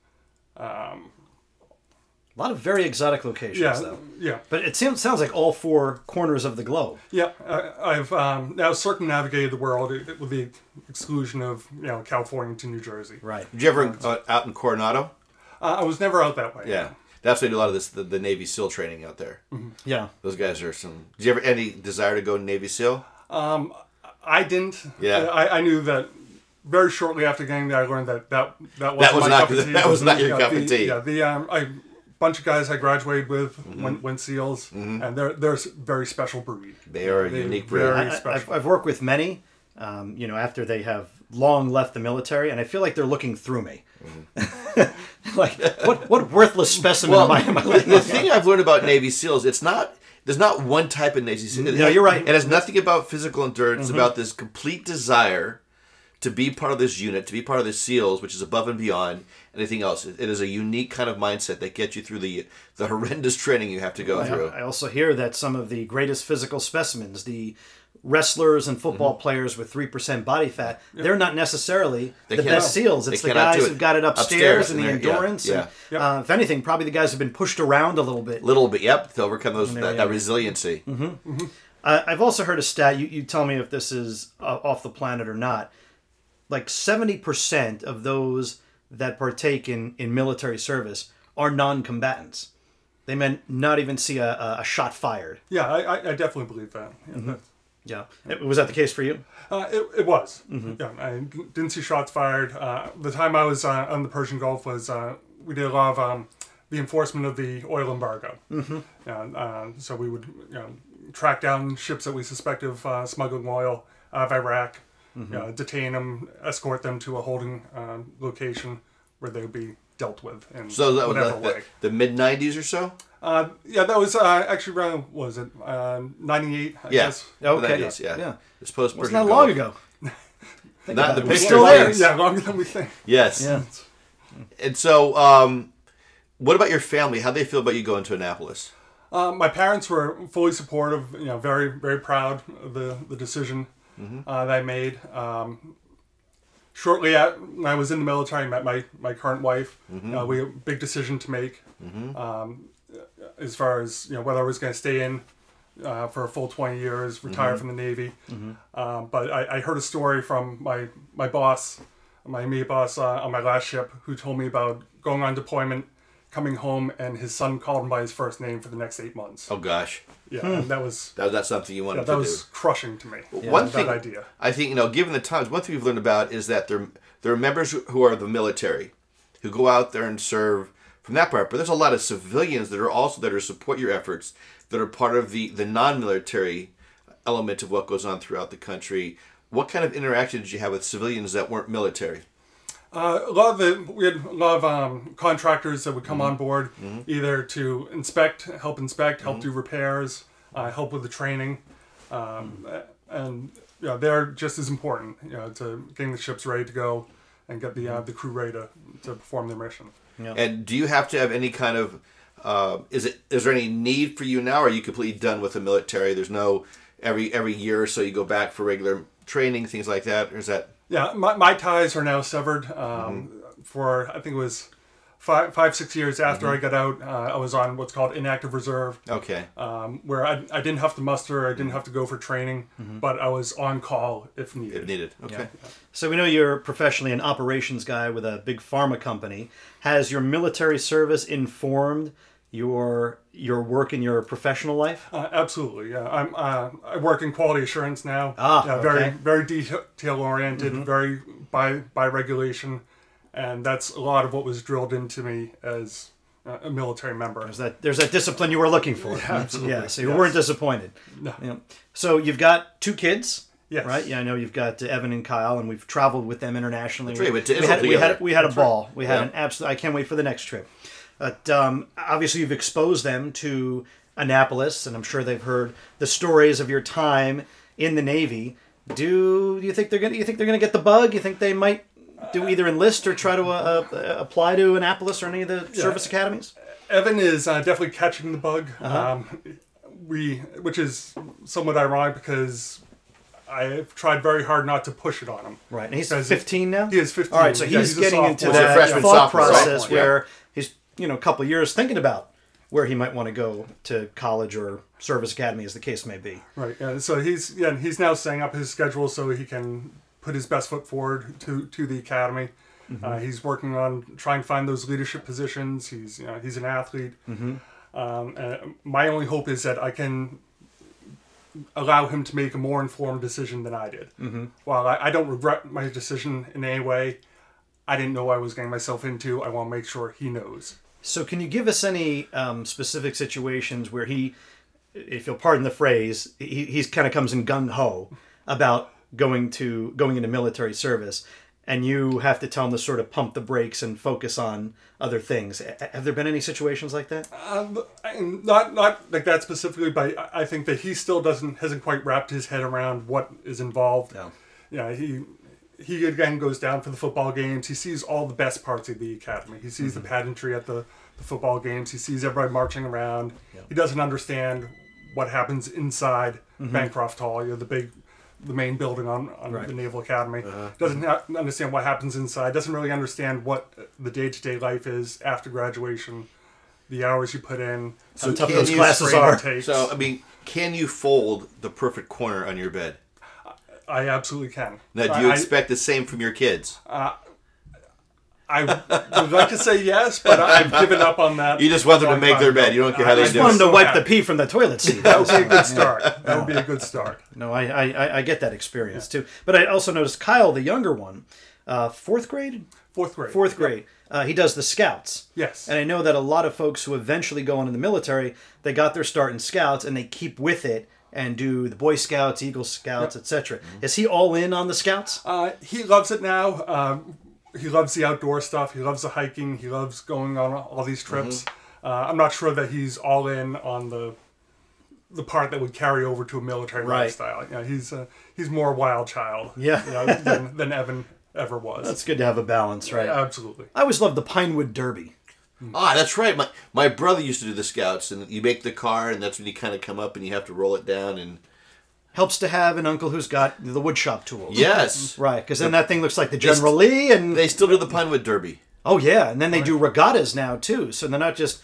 Speaker 1: A lot of very exotic locations,
Speaker 3: Yeah,
Speaker 1: though.
Speaker 3: yeah,
Speaker 1: But it sounds, sounds like all four corners of the globe.
Speaker 3: yeah. I, I've um, now circumnavigated the world i- with the exclusion of you know California to New Jersey.
Speaker 1: Right.
Speaker 2: Did you ever uh, out in Coronado?
Speaker 3: Uh, I was never out that way.
Speaker 2: Yeah. That's why they do a lot of this, the, the Navy SEAL training out there.
Speaker 3: Mm-hmm.
Speaker 1: Yeah.
Speaker 2: Those guys are some. Did you ever any desire to go Navy SEAL?
Speaker 3: I didn't. Uh,
Speaker 2: Yeah.
Speaker 3: I, I knew that very shortly after getting there, I learned that that that,
Speaker 2: That was
Speaker 3: my
Speaker 2: not-
Speaker 3: cup of tea.
Speaker 2: that was not your
Speaker 3: Yeah,
Speaker 2: cup
Speaker 3: the,
Speaker 2: of tea. Mm-hmm.
Speaker 3: Yeah, the um, I bunch of guys I graduated with went, went seals, and they're they're a very special breed.
Speaker 2: They are a
Speaker 3: They
Speaker 2: unique
Speaker 3: very-
Speaker 2: breed.
Speaker 1: I,
Speaker 3: special.
Speaker 1: I've, I've worked with many, um, you know, after they have long left the military, and I feel like they're looking through me. like, what, what worthless specimen
Speaker 2: Mm-hmm. Well,
Speaker 1: am I? Am I
Speaker 2: the, the thing I've learned about Navy SEALs, it's not there's not one type of Navy SEAL.
Speaker 1: No, you're right. Mm-hmm.
Speaker 2: It has nothing about physical endurance. It's about this complete desire to be part of this unit, to be part of the SEALs, which is above and beyond anything else. It it is a unique kind of mindset that gets you through the the horrendous training you have to go through.
Speaker 1: I also hear that some of the greatest physical specimens, the wrestlers and football
Speaker 2: Mm-hmm.
Speaker 1: players with 3% body fat, they're not necessarily the
Speaker 2: cannot-
Speaker 1: best SEALs. It's
Speaker 2: they
Speaker 1: the
Speaker 2: cannot
Speaker 1: guys
Speaker 2: do it.
Speaker 1: who've got it upstairs,
Speaker 2: Upstairs
Speaker 1: and the
Speaker 2: and they're- yeah,
Speaker 1: endurance. and,
Speaker 2: yeah.
Speaker 3: Yep.
Speaker 1: uh, if anything, probably the guys have been pushed around a little bit.
Speaker 2: Little bit, yep, to overcome those that,
Speaker 1: yeah.
Speaker 2: that resiliency.
Speaker 1: Mm-hmm. Uh, I've also heard a stat. You, you tell me if this is uh, off the planet or not. Like 70% of those that partake in, in military service are non combatants. They may not even see a, a, a shot fired.
Speaker 3: Yeah, I, I, I definitely believe that. Yeah,
Speaker 2: Mm-hmm.
Speaker 3: that-
Speaker 1: Yeah. Was that the case for you?
Speaker 3: Uh, it, it was.
Speaker 2: Mm-hmm.
Speaker 3: Yeah, I d- didn't see shots fired. Uh, the time I was uh, on the Persian Gulf was uh, we did a lot of um, the enforcement of the oil embargo. Mm-hmm. uh, so we would you know, track down ships that we suspect of uh, smuggling oil out of Iraq,
Speaker 2: Mm-hmm.
Speaker 3: you know, detain them, escort them to a holding um location where they would be dealt with in
Speaker 2: So that was
Speaker 3: whatever
Speaker 2: like
Speaker 3: way.
Speaker 2: the, the mid '90s or so.
Speaker 3: Uh, yeah, that was uh, actually around, what was it, uh, 98, I
Speaker 2: Yeah.
Speaker 3: guess.
Speaker 1: Okay.
Speaker 2: That is, yeah.
Speaker 1: Yeah.
Speaker 2: It's post
Speaker 1: It's not long ago.
Speaker 2: Not the
Speaker 1: it. We're
Speaker 2: picture.
Speaker 1: still there.
Speaker 2: yes.
Speaker 3: Yeah, longer than we think.
Speaker 2: Yes.
Speaker 1: Yeah.
Speaker 2: And so, um, what about your family? How they feel about you going to Annapolis?
Speaker 3: Um, my parents were fully supportive. You know, very very proud of the the decision uh, that I made. Um, shortly at, when I was in the military, I met my my current wife. Uh, we had a big decision to make um, as far as you know whether I was going to stay in. Uh, for a full 20 years, retire from the Navy. Um, but I, I heard a story from my, my boss, my immediate boss uh, on my last ship, who told me about going on deployment, coming home, and his son called him by his first name for the next eight months.
Speaker 2: Oh gosh,
Speaker 3: Yeah, and that was
Speaker 2: that was not something you wanted
Speaker 3: yeah, that
Speaker 2: to
Speaker 3: was crushing to me.
Speaker 2: do. one
Speaker 3: that
Speaker 2: thing
Speaker 3: idea.
Speaker 2: I think you know, given the times, one thing we've learned about is that there there are members who- who are the military, who go out there and serve from that part. But there's a lot of civilians that are also that are support your efforts, that are part of the the non-military element of what goes on throughout the country. What kind of interaction did you have with civilians that weren't military?
Speaker 3: Uh, a lot of the we had a lot of um, contractors that would come
Speaker 2: Mm-hmm.
Speaker 3: on board either to inspect, help inspect, help
Speaker 2: Mm-hmm.
Speaker 3: do repairs, uh, help with the training, um,
Speaker 2: Mm-hmm.
Speaker 3: and you know, they're just as important. You know, to getting the ships ready to go and get the
Speaker 2: Mm-hmm.
Speaker 3: uh, the crew ready to, to perform their mission.
Speaker 2: And do you have to have any kind of uh, is it is there any need for you now? Or are you completely done with the military? There's no every every year or so you go back for regular training things like that. Or is that
Speaker 3: Yeah, my, my ties are now severed. Um,
Speaker 2: Mm-hmm.
Speaker 3: For I think it was five five six years after
Speaker 2: Mm-hmm.
Speaker 3: I got out, uh, I was on what's called inactive reserve.
Speaker 2: okay?
Speaker 1: Uh,
Speaker 3: um, where I, I didn't have to muster, I
Speaker 1: Mm-hmm.
Speaker 3: didn't have to go for training, but I was on call if needed.
Speaker 2: If needed, okay.
Speaker 1: So we know you're professionally an operations guy with a big pharma company. Has your military service informed your your work in your professional life?
Speaker 3: Uh, absolutely, yeah. I'm uh, I work in quality assurance now.
Speaker 1: Ah,
Speaker 3: yeah, very
Speaker 1: okay. Mm-hmm.
Speaker 3: very detail oriented, very by by regulation, and that's a lot of what was drilled into me as uh, a military member.
Speaker 1: There's that there's that discipline you were looking for. Yeah,
Speaker 3: absolutely.
Speaker 1: so you
Speaker 3: Yes.
Speaker 1: weren't disappointed.
Speaker 3: No.
Speaker 1: Yeah. So you've got two kids.
Speaker 3: Yes.
Speaker 1: Right. Yeah, I know you've got uh, Evan and Kyle, and we've traveled with them internationally.
Speaker 2: right, we went to
Speaker 1: had,
Speaker 2: Italy
Speaker 1: we had
Speaker 2: together.
Speaker 1: we had a ball. We had
Speaker 2: Yeah.
Speaker 1: an absolute. I can't wait for the next trip. But um, obviously, you've exposed them to Annapolis, and I'm sure they've heard the stories of your time in the Navy. Do you think they're gonna? You think they're gonna get the bug? You think they might do either enlist or try to uh, uh, apply to Annapolis or any of the service academies?
Speaker 3: Evan is uh, definitely catching the bug.
Speaker 1: Uh-huh.
Speaker 3: Um, we, which is somewhat ironic because I've tried very hard not to push it on him.
Speaker 1: Right, and he's
Speaker 3: Because
Speaker 1: 15 now.
Speaker 3: he is 15.
Speaker 1: All right, so
Speaker 3: Yeah,
Speaker 1: he's,
Speaker 3: he's a
Speaker 1: getting into
Speaker 3: sophomore.
Speaker 2: He's a
Speaker 1: that
Speaker 2: freshman,
Speaker 1: thought
Speaker 2: sophomore,
Speaker 1: process
Speaker 2: sophomore, yeah.
Speaker 1: where he's you know a couple years thinking about where he might want to go to college or service academy, as the case may be.
Speaker 3: Right. Yeah. So he's yeah he's now setting up his schedule so he can put his best foot forward to to the academy. Uh, he's working on trying to find those leadership positions. He's you know he's an athlete. Um, and my only hope is that I can allow him to make a more informed decision than I did. While I, I don't regret my decision in any way, I didn't know what I was getting myself into. I want to make sure he knows.
Speaker 1: So, can you give us any um, specific situations where he, if you'll pardon the phrase, he he's kind of comes in gung ho about going to going into military service, and you have to tell him to sort of pump the brakes and focus on other things. A- Have there been any situations like that?
Speaker 3: Um, and not not like that specifically, but I- I think that he still doesn't hasn't quite wrapped his head around what is involved.
Speaker 1: No.
Speaker 3: Yeah, he he again goes down for the football games. He sees all the best parts of the academy. He sees
Speaker 2: Mm-hmm.
Speaker 3: the pageantry at the, the football games. He sees everybody marching around. He doesn't understand what happens inside
Speaker 2: Mm-hmm.
Speaker 3: Bancroft Hall, you know, the big, the main building on, on the Naval Academy.
Speaker 2: Uh-huh.
Speaker 3: Doesn't ha- understand what happens inside. Doesn't really understand what the day to day life is after graduation, the hours you put in,
Speaker 2: So
Speaker 1: tough
Speaker 2: can
Speaker 1: those
Speaker 2: you
Speaker 1: classes
Speaker 2: scrape-
Speaker 1: are.
Speaker 3: takes.
Speaker 2: So I mean, can you fold the perfect corner on your bed?
Speaker 3: I absolutely can.
Speaker 2: Now, do you
Speaker 3: I-
Speaker 2: expect the same from your kids?
Speaker 1: Um,
Speaker 3: I would like to say yes, but I've given up on that.
Speaker 2: You just want them to
Speaker 3: long
Speaker 2: make
Speaker 3: time
Speaker 2: their
Speaker 3: ago.
Speaker 2: bed. You don't care how
Speaker 3: I
Speaker 2: they
Speaker 3: just
Speaker 1: Just
Speaker 2: do
Speaker 1: want
Speaker 2: it.
Speaker 1: him to
Speaker 3: so
Speaker 1: wipe
Speaker 3: happy.
Speaker 1: the pee from the toilet seat.
Speaker 3: That would be a good start. That would be a good start.
Speaker 1: No, I, I, I- I get that experience too. But I also noticed Kyle, the younger one, uh, fourth grade,
Speaker 3: Fourth grade.
Speaker 1: fourth grade, uh, he does the scouts.
Speaker 3: Yes.
Speaker 1: And I know that a lot of folks who eventually go on in the military, they got their start in scouts and they keep with it and do the Boy Scouts, Eagle Scouts, etc. Is he all in on the scouts?
Speaker 3: Uh, he loves it now. Um, he loves the outdoor stuff. He loves the hiking. He loves going on all these trips.
Speaker 2: Mm-hmm.
Speaker 3: Uh, I'm not sure that he's all in on the the part that would carry over to a military
Speaker 1: Right.
Speaker 3: lifestyle. You know, he's uh, he's more a wild child.
Speaker 1: Yeah.
Speaker 3: you know, than, than Evan ever was.
Speaker 1: It's good to have a balance, right?
Speaker 3: Absolutely.
Speaker 1: I always loved the Pinewood Derby.
Speaker 2: Ah, that's right. My my brother used to do the scouts, and you make the car, and that's when you kind of come up and you have to roll it down. And
Speaker 1: Helps to have an uncle who's got the woodshop tools.
Speaker 2: yes,
Speaker 1: Right, because then that thing looks like the General Lee and
Speaker 2: they still do the Pinewood Derby.
Speaker 1: Oh yeah, and then they do regattas now too. So they're not just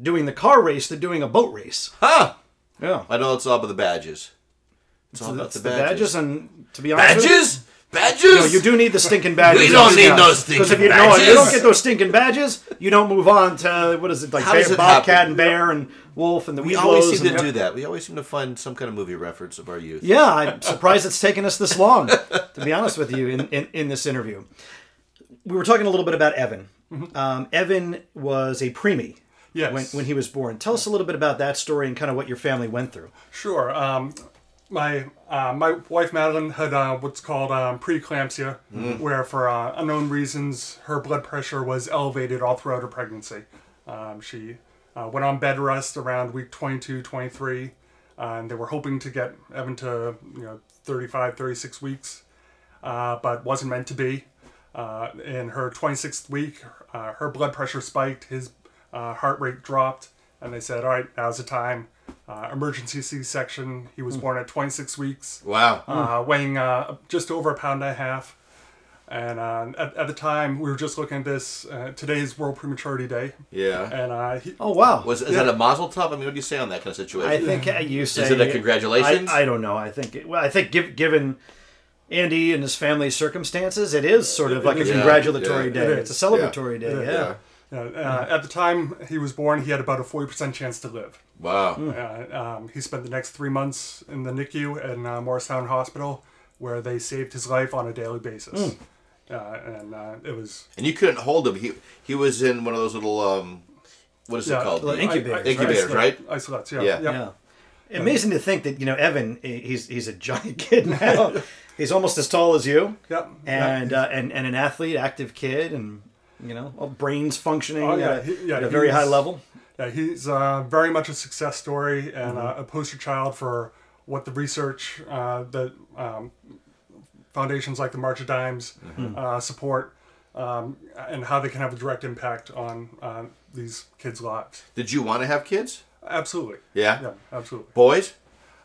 Speaker 1: doing the car race; they're doing a boat race.
Speaker 2: Huh?
Speaker 1: Yeah,
Speaker 2: I know it's all about the badges. It's all about
Speaker 1: that's
Speaker 2: the
Speaker 1: the
Speaker 2: badges.
Speaker 1: badges. And to be honest, with you-
Speaker 2: Badges? Badges?
Speaker 1: No, you do need the stinking badges.
Speaker 2: We don't need those
Speaker 1: Because if
Speaker 2: stinking
Speaker 1: you, no, if you don't
Speaker 2: badges.
Speaker 1: get those stinking badges, you don't move on to what is it like
Speaker 2: How
Speaker 1: bear,
Speaker 2: does it
Speaker 1: bobcat
Speaker 2: happen?
Speaker 1: and bear and wolf and the
Speaker 2: We always
Speaker 1: weeblos.
Speaker 2: seem to
Speaker 1: And,
Speaker 2: do that. We always seem to find some kind of movie reference of our youth.
Speaker 1: yeah, I'm surprised it's taken us this long. To be honest with you, in in, in this interview, we were talking a little bit about Evan. Um, Evan was a preemie.
Speaker 3: Yes.
Speaker 1: When, when he was born, tell us a little bit about that story and kind of what your family went through.
Speaker 3: Sure. Um, my uh, my wife Madeline had uh, what's called um, preeclampsia, where for uh, unknown reasons her blood pressure was elevated all throughout her pregnancy. Um, she uh, went on bed rest around week 22, 23, uh, and they were hoping to get Evan to you know 35, 36 weeks, uh, but wasn't meant to be. Uh, in her 26th week, uh, her blood pressure spiked, his uh, heart rate dropped, and they said, "All right, now's the time." Uh, emergency C-section. He was born at 26 weeks,
Speaker 2: Wow.
Speaker 3: uh, weighing uh, just over a pound and a half. And uh, at, at the time, we were just looking at this. Uh, today is World Prematurity Day,
Speaker 2: Yeah.
Speaker 3: and uh, he,
Speaker 1: Oh wow!
Speaker 2: Was is that a mazel tov? I mean, what do you say on that kind of situation?
Speaker 1: I think uh, you say.
Speaker 2: it a congratulations?
Speaker 1: I, I don't know. I think. It, well, I think giv given Andy and his family's circumstances, it is sort of like a
Speaker 2: is. Yeah,
Speaker 1: congratulatory
Speaker 2: yeah.
Speaker 1: day.
Speaker 3: It
Speaker 1: it's a
Speaker 3: is.
Speaker 1: celebratory day. Yeah.
Speaker 3: uh, uh, at the time he was born, he had about a 40% chance to live.
Speaker 2: Wow.
Speaker 1: Mm.
Speaker 3: Uh, um, he spent the next three months in the NICU and uh, Morristown Hospital, where they saved his life on a daily basis. Uh, and uh, it was
Speaker 2: And you couldn't hold him. He he was in one of those little um, what is it called?
Speaker 1: little incubators,
Speaker 3: I- I-
Speaker 2: Incubators,
Speaker 3: isolate-
Speaker 2: right?
Speaker 3: Isolates, yeah.
Speaker 2: Yeah.
Speaker 3: Yep.
Speaker 1: Yeah. Amazing to think that you know Evan. eh, He's he's a giant kid now. he's almost as tall as you.
Speaker 3: Yep.
Speaker 1: And uh, and and an athlete, active kid, and you know, all brains functioning
Speaker 3: Oh, yeah,
Speaker 1: at, a,
Speaker 3: he- yeah,
Speaker 1: at a
Speaker 3: he
Speaker 1: very high
Speaker 3: was-
Speaker 1: level.
Speaker 3: Yeah, he's uh, very much a success story and uh, a poster child for what the research uh, that um, foundations like the March of Dimes uh, support um, and how they can have a direct impact on uh, these kids' lives.
Speaker 2: Did you want to have kids?
Speaker 3: Absolutely.
Speaker 2: Yeah.
Speaker 3: Yeah, absolutely.
Speaker 2: Boys?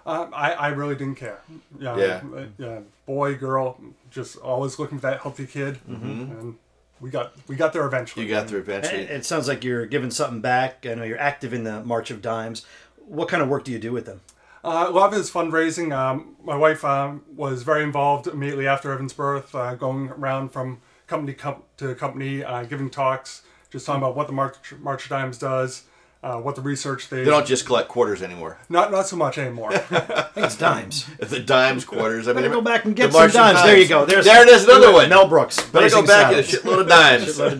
Speaker 3: Um, I, I really didn't care. Yeah,
Speaker 2: Yeah.
Speaker 3: uh, yeah. Boy, girl, just always looking for that healthy kid, and we got we got there eventually.
Speaker 2: You got there
Speaker 1: And
Speaker 2: eventually.
Speaker 1: It it sounds like you're giving something back. I know you're active in the March of Dimes. What kind of work do you do with them?
Speaker 3: Uh, a lot of his fundraising. Um, my wife um, was very involved immediately after Evan's birth, uh, going around from company com- to company, uh, giving talks, just talking about what the March, March of Dimes does, uh, what the research they,
Speaker 2: They don't just collect quarters anymore.
Speaker 3: not not so much anymore.
Speaker 1: I think it's dimes.
Speaker 2: The dimes, quarters. I mean,
Speaker 1: Better go back and
Speaker 2: the
Speaker 1: get some
Speaker 2: Martian
Speaker 1: dimes. There you go. There's
Speaker 2: there it is, another one.
Speaker 1: Mel Brooks.
Speaker 2: Better go
Speaker 1: Blazing
Speaker 2: back and a
Speaker 1: Saddles.
Speaker 2: shitload of dimes.
Speaker 1: Shitload of dimes.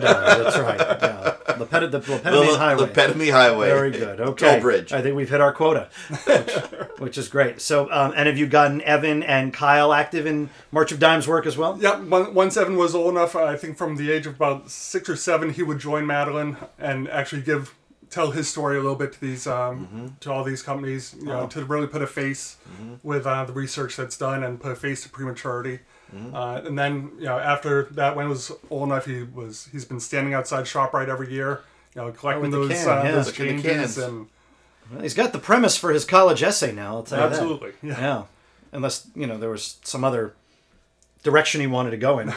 Speaker 1: That's right. Yeah. Lepet- the Lepetame Highway.
Speaker 2: the Petamy Highway.
Speaker 1: Very good. Okay.
Speaker 2: Toll bridge.
Speaker 1: I think we've hit our quota, which, which is great. So, um, and have you gotten Evan and Kyle active in March of Dimes work as well?
Speaker 3: yeah, one- once Evan was old enough, I think from the age of about six or seven, he would join Madeline and actually give tell his story a little bit to these um,
Speaker 1: Mm-hmm.
Speaker 3: to all these
Speaker 1: Uh-huh.
Speaker 3: companies, you know, to really put a face with uh, the research that's done and put a face to prematurity.
Speaker 1: Mm-hmm.
Speaker 3: Uh, and then you know after that, when he was old enough, he was he's been standing outside Shoprite every year, you know, collecting
Speaker 1: Oh, the
Speaker 3: those
Speaker 1: can,
Speaker 3: uh,
Speaker 1: yeah.
Speaker 3: those
Speaker 2: Look at the
Speaker 3: changes
Speaker 2: cans.
Speaker 3: and
Speaker 1: Well, he's got the premise for his college essay now. I'll tell you
Speaker 3: Absolutely,
Speaker 1: that.
Speaker 3: yeah.
Speaker 1: Yeah. Unless you know there was some other direction he wanted to go in,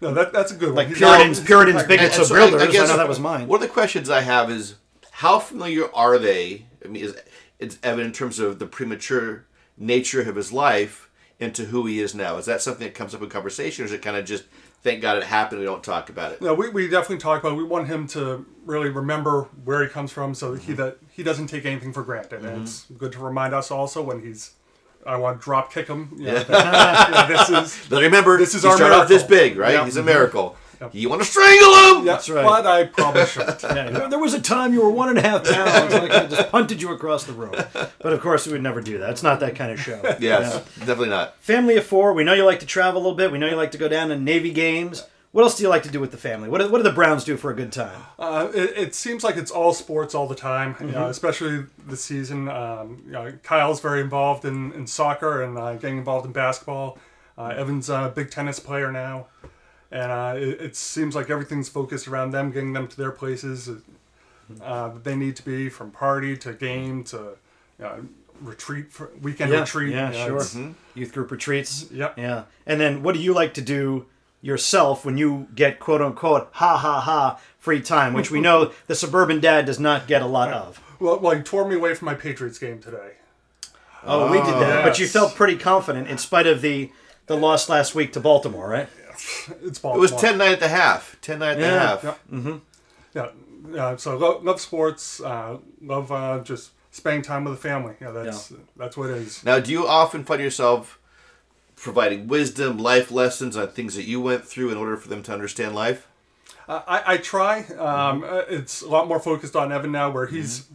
Speaker 3: no, that that's a good
Speaker 1: like
Speaker 3: one. He's-
Speaker 1: Puritans, Puritans,
Speaker 3: And- and
Speaker 1: bigots, or
Speaker 2: I-
Speaker 1: builders. I,
Speaker 2: guess
Speaker 1: know that was mine.
Speaker 2: One of the questions I have is how familiar are they? I mean, is it's evident in terms of the premature nature of his life into who he is now. Is that something that comes up in conversation, or is it kind of just thank God it happened? We don't talk about it.
Speaker 3: No, we, we definitely talk about. We want him to really remember where he comes from, so that he
Speaker 1: Mm-hmm.
Speaker 3: that he doesn't take anything for granted. And it's good to remind us also when he's, I want to drop kick him. You know, that, you know, this is
Speaker 2: But remember,
Speaker 3: This is
Speaker 2: he
Speaker 3: our
Speaker 2: started off this
Speaker 3: miracle.
Speaker 2: big, right?
Speaker 3: Yeah.
Speaker 2: He's a miracle.
Speaker 1: Mm-hmm.
Speaker 2: You want to strangle him?
Speaker 3: yeah,
Speaker 1: That's right.
Speaker 3: But I probably shouldn't.
Speaker 1: Yeah, there- there was a time you were one and a half pounds. and I could have just punted you across the room. But of course, we would never do that. It's not that kind of show.
Speaker 2: Yes,
Speaker 1: Yeah.
Speaker 2: definitely not.
Speaker 1: Family of four. We know you like to travel a little bit. We know you like to go down to Navy games. What else do you like to do with the family? What do, what do the Browns do for a good time?
Speaker 3: Uh, it, it seems like it's all sports all the time, you
Speaker 1: Mm-hmm.
Speaker 3: know, especially this season. Um, you know, Kyle's very involved in, in soccer and uh, getting involved in basketball. Uh,
Speaker 1: Mm-hmm.
Speaker 3: Evan's a big tennis player now, and uh, it, it seems like everything's focused around them, getting them to their places uh,
Speaker 1: Mm-hmm.
Speaker 3: that they need to be, from party to game to you know, retreat, for, weekend retreat.
Speaker 1: yeah,
Speaker 3: you know,
Speaker 1: sure. Mm-hmm.
Speaker 3: it's-
Speaker 1: Youth group retreats.
Speaker 3: Yep.
Speaker 1: Yeah. And then what do you like to do yourself when you get quote unquote ha ha ha free time, which we know the suburban dad does not get a lot of.
Speaker 3: Well, well, he tore me away from my Patriots game today.
Speaker 1: Oh, we did that. But you
Speaker 3: yes.
Speaker 1: felt pretty confident in spite of the the loss last week to Baltimore, right?
Speaker 3: It's Baltimore.
Speaker 2: It was 10 9 at the half. 10 9 at the
Speaker 1: Yeah.
Speaker 2: half.
Speaker 3: Yep. Yeah, yeah. So love, love sports. Uh, love uh, just spending time with the family. Yeah, that's that's what it is.
Speaker 2: Now, do you often find yourself providing wisdom, life lessons on things that you went through in order for them to understand life?
Speaker 3: Uh, I I try. Um, uh, It's a lot more focused on Evan now, where he's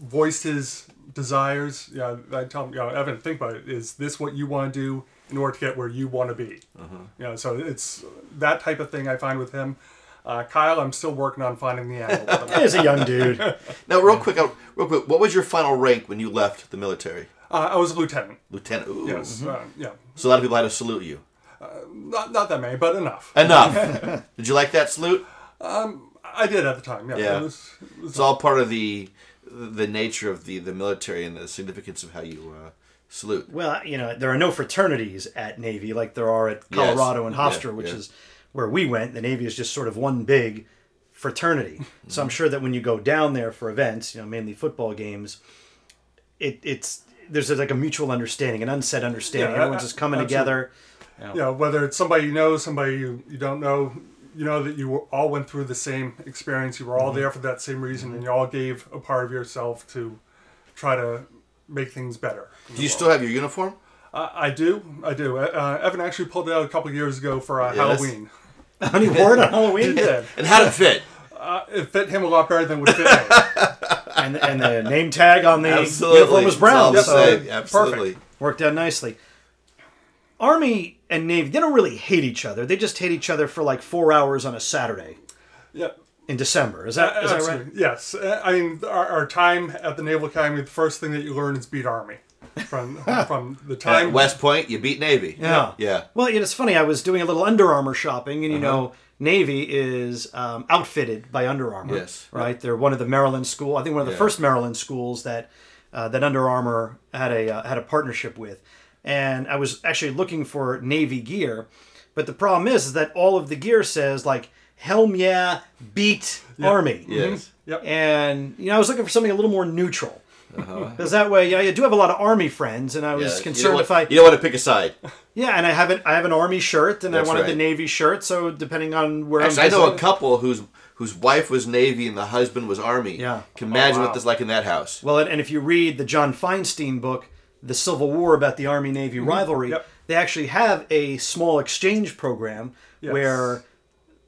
Speaker 3: voiced his desires. Yeah, I tell him, you know, Evan, think about it. Is this what you want to do in order to get where you want to be? You know, so it's that type of thing I find with him. Uh, Kyle, I'm still working on finding the animal. with him.
Speaker 1: He's a young dude.
Speaker 2: Now, real quick, uh, real quick, what was your final rank when you left the military,
Speaker 3: Uh, I was a lieutenant.
Speaker 2: Lieutenant? Ooh.
Speaker 3: Yes. Uh, yeah.
Speaker 2: So a lot of people had to salute you.
Speaker 3: Not not that many, but enough.
Speaker 2: Enough. Did you like that salute?
Speaker 3: I did at the time. Yeah.
Speaker 2: Yeah.
Speaker 3: It was, it was
Speaker 2: It's all part of the the nature of the the military and the significance of how you uh, salute.
Speaker 1: Well, you know, there are no fraternities at Navy like there are at Colorado and
Speaker 2: Yeah,
Speaker 1: Hofstra, which
Speaker 2: yeah.
Speaker 1: is where we went. The Navy is just sort of one big fraternity. So I'm sure that when you go down there for events, you know, mainly football games, it it's there's like a mutual understanding, an unsaid understanding.
Speaker 3: Yeah,
Speaker 1: Everyone's just coming
Speaker 3: absolutely.
Speaker 1: together.
Speaker 3: you know, whether it's somebody you know, somebody you, you don't know, you know that you were- all went through the same experience. You were
Speaker 1: Mm-hmm.
Speaker 3: all there for that same reason, and you all gave a part of yourself to try to make things better.
Speaker 2: Do you still have your uniform?
Speaker 3: I, I do, I do. Uh, Evan actually pulled it out a couple years ago for uh,
Speaker 2: Yes.
Speaker 3: Halloween.
Speaker 1: And he wore it on Halloween,
Speaker 3: did.
Speaker 2: And how did it fit?
Speaker 3: Uh, it fit him a lot better than it would fit me.
Speaker 1: and and the name tag on the
Speaker 2: Absolutely.
Speaker 1: uniform was
Speaker 2: It's all
Speaker 1: brown.
Speaker 2: the
Speaker 1: so-
Speaker 2: same. Absolutely.
Speaker 1: worked out nicely. Army and Navy, they don't really hate each other. They just hate each other for like four hours on a Saturday
Speaker 3: yeah.
Speaker 1: in December. Is that is that right?
Speaker 3: Absolutely. Yes. Uh, I mean, our, our time at the Naval Academy, the first thing that you learn is beat Army. From from the time
Speaker 2: At West Point, you beat Navy.
Speaker 1: Yeah.
Speaker 2: Yeah. Uh-huh.
Speaker 1: Well, it's funny. I was doing a little Under Armour shopping, and you know, Navy is um, outfitted by Under Armour.
Speaker 2: Yes.
Speaker 1: Right. They're one of the Maryland school. I think one of the
Speaker 2: Yeah.
Speaker 1: first Maryland schools that uh, that Under Armour had a uh, had a partnership with. And I was actually looking for Navy gear, but the problem is, is that all of the gear says like "Helm yeah, beat Army."
Speaker 2: Yes.
Speaker 3: Yep.
Speaker 1: And you know, I was looking for something a little more neutral. Because that way, yeah, I do have a lot of army friends, and I
Speaker 2: Yeah.
Speaker 1: was
Speaker 2: Uh-huh. Uh, You don't
Speaker 1: concerned
Speaker 2: want-
Speaker 1: if I
Speaker 2: you don't want to pick a side.
Speaker 1: yeah, and I haven't. I have an army shirt, and I
Speaker 2: That's
Speaker 1: wanted the
Speaker 2: right.
Speaker 1: navy shirt. So depending on where
Speaker 2: Actually, I
Speaker 1: I'm,
Speaker 2: know a
Speaker 1: visiting-
Speaker 2: couple whose whose wife was Navy and the husband was Army.
Speaker 1: Yeah.
Speaker 2: Can imagine
Speaker 3: wow.
Speaker 2: what this like in that house.
Speaker 1: well, and, and if you read the John Feinstein book, "The Civil War" about the Army Navy rivalry,
Speaker 3: Yep.
Speaker 1: they actually have a small exchange program
Speaker 3: Yes.
Speaker 1: where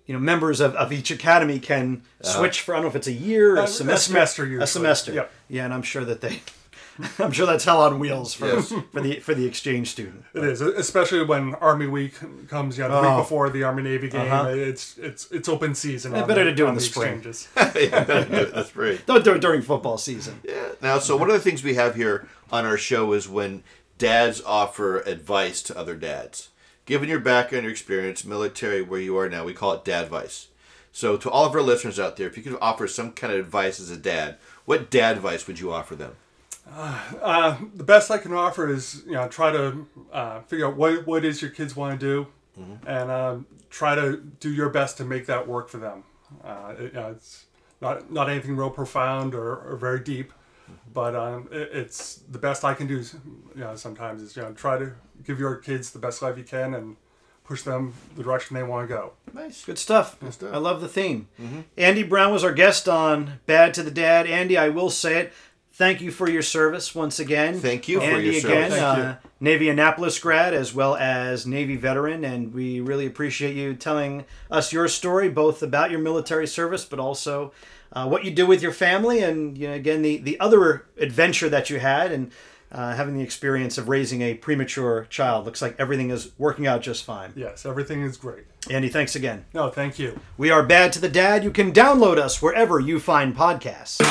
Speaker 1: you know members of, of each academy can switch for I don't know if it's a year,
Speaker 3: a
Speaker 1: a semester,
Speaker 3: semester usually.
Speaker 1: a semester.
Speaker 3: Yep.
Speaker 1: Yeah, and I'm sure that they, I'm sure that's hell on wheels for
Speaker 2: Yes.
Speaker 1: for the for the exchange student.
Speaker 3: It is, especially when Army Week comes. You know,
Speaker 1: Oh.
Speaker 3: the week before the Army Navy game, it's it's it's open season. on
Speaker 1: Uh-huh. better to do
Speaker 3: on
Speaker 1: in the spring.
Speaker 3: exchanges.
Speaker 2: Yeah, That's right.
Speaker 1: Don't do it during football season.
Speaker 2: Now, so one of the things we have here on our show is when dads offer advice to other dads. Given your background, your experience, military, where you are now, we call it dad advice. So, to all of our listeners out there, if you could offer some kind of advice as a dad, what dad advice would you offer them?
Speaker 3: Uh, the best I can offer is you know try to uh, figure out what what is your kids want to do,
Speaker 1: Mm-hmm.
Speaker 3: and um, try to do your best to make that work for them. Uh, it- you know, it's not not anything real profound or, or very deep,
Speaker 1: Mm-hmm.
Speaker 3: but um, it, it's the best I can do. You know, sometimes is you know try to give your kids the best life you can and push them the direction they want to go.
Speaker 2: Nice.
Speaker 1: Good stuff.
Speaker 2: stuff. Mm-hmm.
Speaker 1: I love the theme. Andy Brown was our guest on Bad to the Dad. Andy, I will say it. Thank you for your service once again.
Speaker 2: Thank you for
Speaker 1: Andy,
Speaker 2: your
Speaker 1: again,
Speaker 2: service.
Speaker 3: Thank
Speaker 1: uh, Navy Annapolis grad as well as Navy veteran, and we really appreciate you telling us your story, both about your military service, but also uh, what you do with your family, and you know, again the the other adventure that you had, and uh, having the experience of raising a premature child. Looks like everything is working out just fine.
Speaker 3: Yes, everything is great.
Speaker 1: Andy, thanks again.
Speaker 3: No, thank you.
Speaker 1: We are Bad to the Dad. You can download us wherever you find podcasts.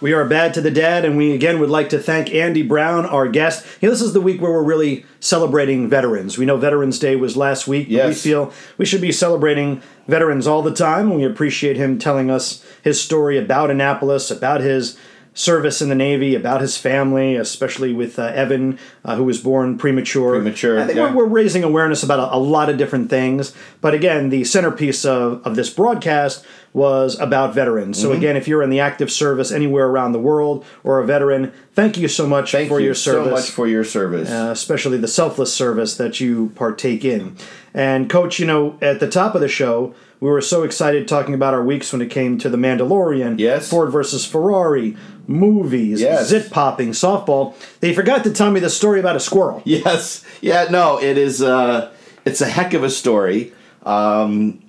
Speaker 1: We are Bad to the Dad, and we again would like to thank Andy Brown, our guest. You know, this is the week where we're really celebrating veterans. We know Veterans Day was last week. but We
Speaker 2: Yes.
Speaker 1: feel we should be celebrating veterans all the time, and we appreciate him telling us his story about Annapolis, about his service in the Navy, about his family, especially with uh, Evan, uh, who was born premature.
Speaker 2: Premature,
Speaker 1: I think
Speaker 2: yeah.
Speaker 1: we're, we're raising awareness about a, a lot of different things. But again, the centerpiece of, of this broadcast was about veterans.
Speaker 2: Mm-hmm.
Speaker 1: So again, if you're in the active service anywhere around the world or a veteran, thank you so much
Speaker 2: Thank
Speaker 1: for
Speaker 2: you
Speaker 1: your service uh,
Speaker 2: so much for your service.
Speaker 1: especially the selfless service that you partake in. And coach, you know, at the top of the show, we were so excited talking about our weeks when it came to the Mandalorian,
Speaker 2: Yes.
Speaker 1: Ford versus Ferrari, movies,
Speaker 2: Yes.
Speaker 1: zit popping, softball. They forgot to tell me the story about a squirrel.
Speaker 2: Yes. Yeah. No. It is. Uh, it's a heck of a story. Um,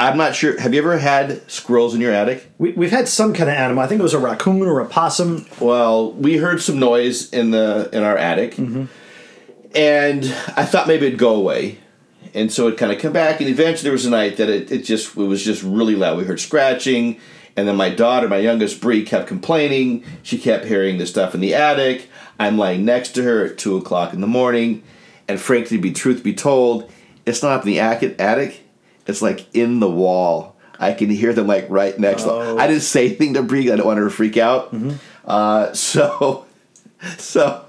Speaker 2: I'm not sure. Have you ever had squirrels in your attic?
Speaker 1: We, we've had some kind of animal. I think it was a raccoon or a possum.
Speaker 2: Well, we heard some noise in the in our attic, and I thought maybe it'd go away, and so it kind of come back. And eventually, there was a night that it, it just it was just really loud. We heard scratching, and then my daughter, my youngest Bree, kept complaining. She kept hearing the stuff in the attic. I'm lying next to her at two o'clock in the morning, and frankly, be truth be told, it's not up in the attic. attic. It's like in the wall. I can hear them like right next. to I didn't say anything to Bree. I don't want her to freak out. Uh, so, so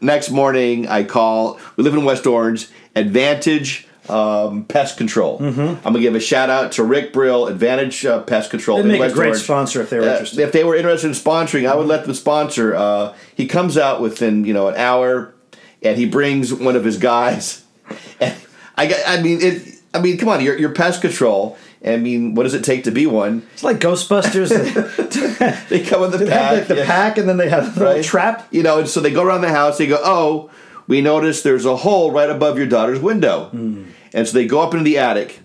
Speaker 2: next morning I call. We live in West Orange. Advantage um, Pest Control.
Speaker 1: Mm-hmm.
Speaker 2: I'm gonna give a shout out to Rick Brill, Advantage uh, Pest Control.
Speaker 1: They'd
Speaker 2: in
Speaker 1: make a
Speaker 2: West
Speaker 1: great
Speaker 2: Orange.
Speaker 1: sponsor if they were
Speaker 2: Uh,
Speaker 1: interested.
Speaker 2: If they were interested in sponsoring, I would let them sponsor. Uh, he comes out within you know an hour, and he brings one of his guys. And I got. I mean, it. I mean, come on. You're, you're pest control. I mean, what does it take to be one?
Speaker 1: It's like Ghostbusters. they
Speaker 2: They come in the
Speaker 1: have
Speaker 2: pack.
Speaker 1: like the
Speaker 2: yeah.
Speaker 1: pack, and then they have the little
Speaker 2: Right.
Speaker 1: trap.
Speaker 2: You know, and so they go around the house. They go, "Oh, we noticed there's a hole right above your daughter's window,"
Speaker 1: Hmm.
Speaker 2: and so they go up into the attic.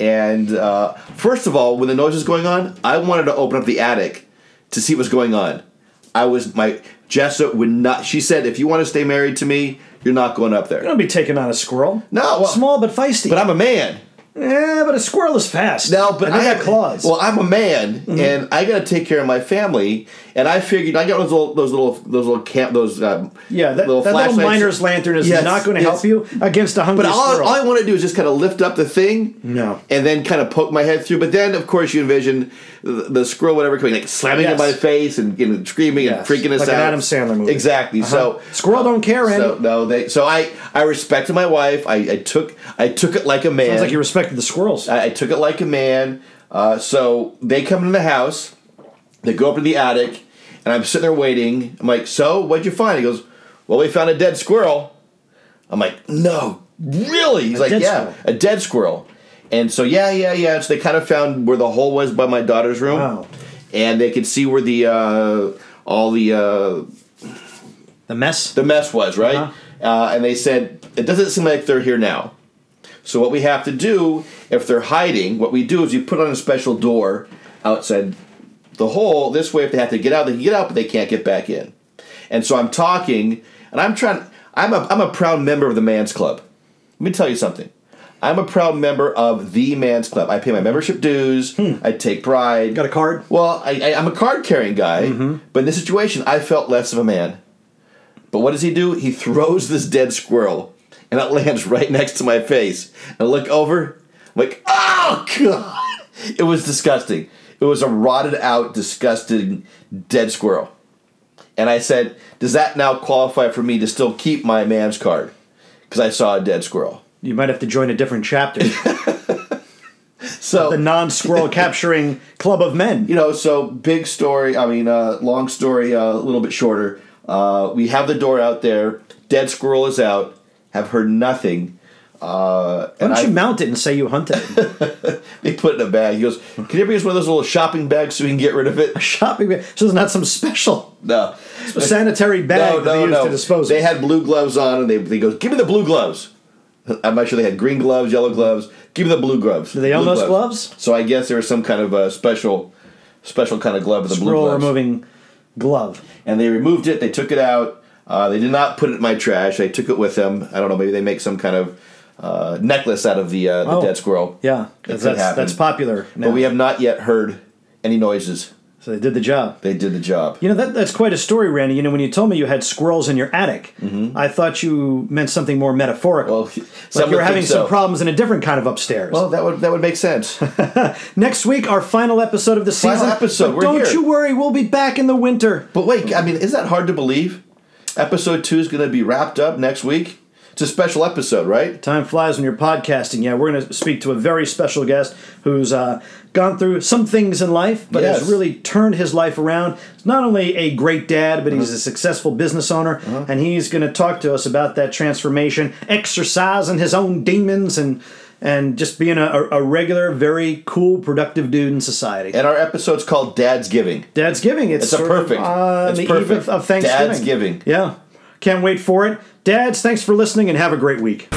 Speaker 2: And uh, first of all, when the noise was going on, I wanted to open up the attic to see what was going on. I was my Jessa would not. She said, "If you want to stay married to me, you're not going up there."
Speaker 1: You don't be taking on a squirrel.
Speaker 2: No, well-
Speaker 1: small but feisty.
Speaker 2: But I'm a man.
Speaker 1: yeah, but a squirrel is fast.
Speaker 2: No, but
Speaker 1: and they
Speaker 2: I
Speaker 1: got claws. Mm-hmm.
Speaker 2: Well, I'm a man, and I got to take care of my family. And I figured I got those little, those little, those little camp, those um,
Speaker 1: Yeah, that that little,
Speaker 2: flashlights.
Speaker 1: miner's lantern is
Speaker 2: Yes,
Speaker 1: not going to
Speaker 2: yes.
Speaker 1: help you against a hungry
Speaker 2: But all,
Speaker 1: squirrel.
Speaker 2: all I want to do is just kind of lift up the thing,
Speaker 1: No.
Speaker 2: and then kind of poke my head through. But then, of course, you envision the, the squirrel, whatever, coming like slamming
Speaker 1: Yes.
Speaker 2: in my face and, and screaming and
Speaker 1: Yes.
Speaker 2: freaking us
Speaker 1: Like
Speaker 2: out.
Speaker 1: an Adam Sandler movie. Uh-huh.
Speaker 2: exactly. So
Speaker 1: Squirrel don't care,
Speaker 2: So
Speaker 1: Andy.
Speaker 2: no, they. So I, I respected my wife. I, I took, I took it like a man.
Speaker 1: Sounds like you respected the squirrels.
Speaker 2: I, I took it like a man. Uh, so they come into the house, they go up to the attic, and I'm sitting there waiting. I'm like, "So, what'd you find?" He goes, "Well, we found a dead squirrel." I'm like, "No, really?" He's like,
Speaker 1: dead
Speaker 2: "Yeah,
Speaker 1: squirrel."
Speaker 2: a dead squirrel." And so, yeah, yeah, yeah. So they kind of found where the hole was by my daughter's room,
Speaker 1: Wow.
Speaker 2: and they could see where the uh, all the uh,
Speaker 1: the mess.
Speaker 2: the mess was, right? uh
Speaker 1: Uh-huh.
Speaker 2: and they said, it doesn't seem like they're here now. So what we have to do, if they're hiding, what we do is you put on a special door outside the hole. This way, if they have to get out, they can get out, but they can't get back in. And so I'm talking, and I'm trying. I'm a I'm a proud member of the man's club. Let me tell you something. I'm a proud member of the Man's Club. I pay my membership dues. I take pride.
Speaker 1: Hmm. Got a card? Mm-hmm.
Speaker 2: Well, I, I, I'm a card carrying guy, but in this situation, I felt less of a man. But what does he do? He throws this dead squirrel, and it lands right next to my face. And I look over, I'm like, oh, God! It was disgusting. It was a rotted out, disgusting dead squirrel. And I said, does that now qualify for me to still keep my man's card? Because I saw a dead squirrel.
Speaker 1: You might have to join a different chapter.
Speaker 2: So
Speaker 1: the non-squirrel capturing club of men.
Speaker 2: you know, so big story. I mean, uh, long story, uh, a little bit shorter. Uh, we have the door out there. Dead squirrel is out. Have heard nothing. Uh,
Speaker 1: Why
Speaker 2: and
Speaker 1: don't
Speaker 2: I,
Speaker 1: you mount it and say you hunted? it?
Speaker 2: they put it in a bag. He goes, "Can you bring us one of those little shopping bags so we can get rid of it?"
Speaker 1: Shopping bag. So it's not some special
Speaker 2: No,
Speaker 1: sanitary bag
Speaker 2: no,
Speaker 1: that they
Speaker 2: no,
Speaker 1: use
Speaker 2: no.
Speaker 1: to dispose.
Speaker 2: They
Speaker 1: of.
Speaker 2: had blue gloves on, and they they goes, "Give me the blue gloves." I'm not sure they had green gloves, yellow gloves. Give me the blue gloves. Do
Speaker 1: they own
Speaker 2: blue
Speaker 1: those gloves?
Speaker 2: So I guess there was some kind of uh, special, special kind of glove with the blue
Speaker 1: squirrel
Speaker 2: gloves.
Speaker 1: removing glove.
Speaker 2: and they removed it. They took it out. Uh, they did not put it in my trash. They took it with them. I don't know. Maybe they make some kind of uh, necklace out of the, uh, the
Speaker 1: Oh.
Speaker 2: dead squirrel.
Speaker 1: Yeah,
Speaker 2: could
Speaker 1: that's that's,
Speaker 2: happen.
Speaker 1: that's popular. Now.
Speaker 2: But we have not yet heard any noises.
Speaker 1: so they did the job.
Speaker 2: They did the job.
Speaker 1: You know that that's quite a story, Randy. You know when you told me you had squirrels in your attic, I thought you meant something more metaphorical.
Speaker 2: Mm-hmm. Well, some
Speaker 1: like
Speaker 2: would
Speaker 1: you were
Speaker 2: think
Speaker 1: having
Speaker 2: so.
Speaker 1: some problems in a different kind of upstairs.
Speaker 2: Well, that would that would make sense.
Speaker 1: Next week, our final episode of the
Speaker 2: Final
Speaker 1: season.
Speaker 2: episode,
Speaker 1: But
Speaker 2: we're
Speaker 1: don't
Speaker 2: here.
Speaker 1: you worry, we'll be back in the winter.
Speaker 2: but wait, I mean, is that hard to believe? Episode two is going to be wrapped up next week. It's a special episode, right?
Speaker 1: Time flies when you're podcasting. Yeah, we're going to speak to a very special guest who's uh, gone through some things in life, but
Speaker 2: Yes.
Speaker 1: has really turned his life around. He's not only a great dad, but
Speaker 2: Uh-huh.
Speaker 1: he's a successful business owner, and he's going to talk to us about that transformation, exercising his own demons, and and just being a, a- a regular, very cool, productive dude in society.
Speaker 2: And our episode's called Dad's Giving.
Speaker 1: Dad's giving. It's,
Speaker 2: It's a
Speaker 1: sort
Speaker 2: perfect-
Speaker 1: Of, on
Speaker 2: it's
Speaker 1: the eve
Speaker 2: perfect.
Speaker 1: of, of Thanksgiving.
Speaker 2: Dad's giving.
Speaker 1: Yeah, can't wait for it. Dads, thanks for listening, and have a great week.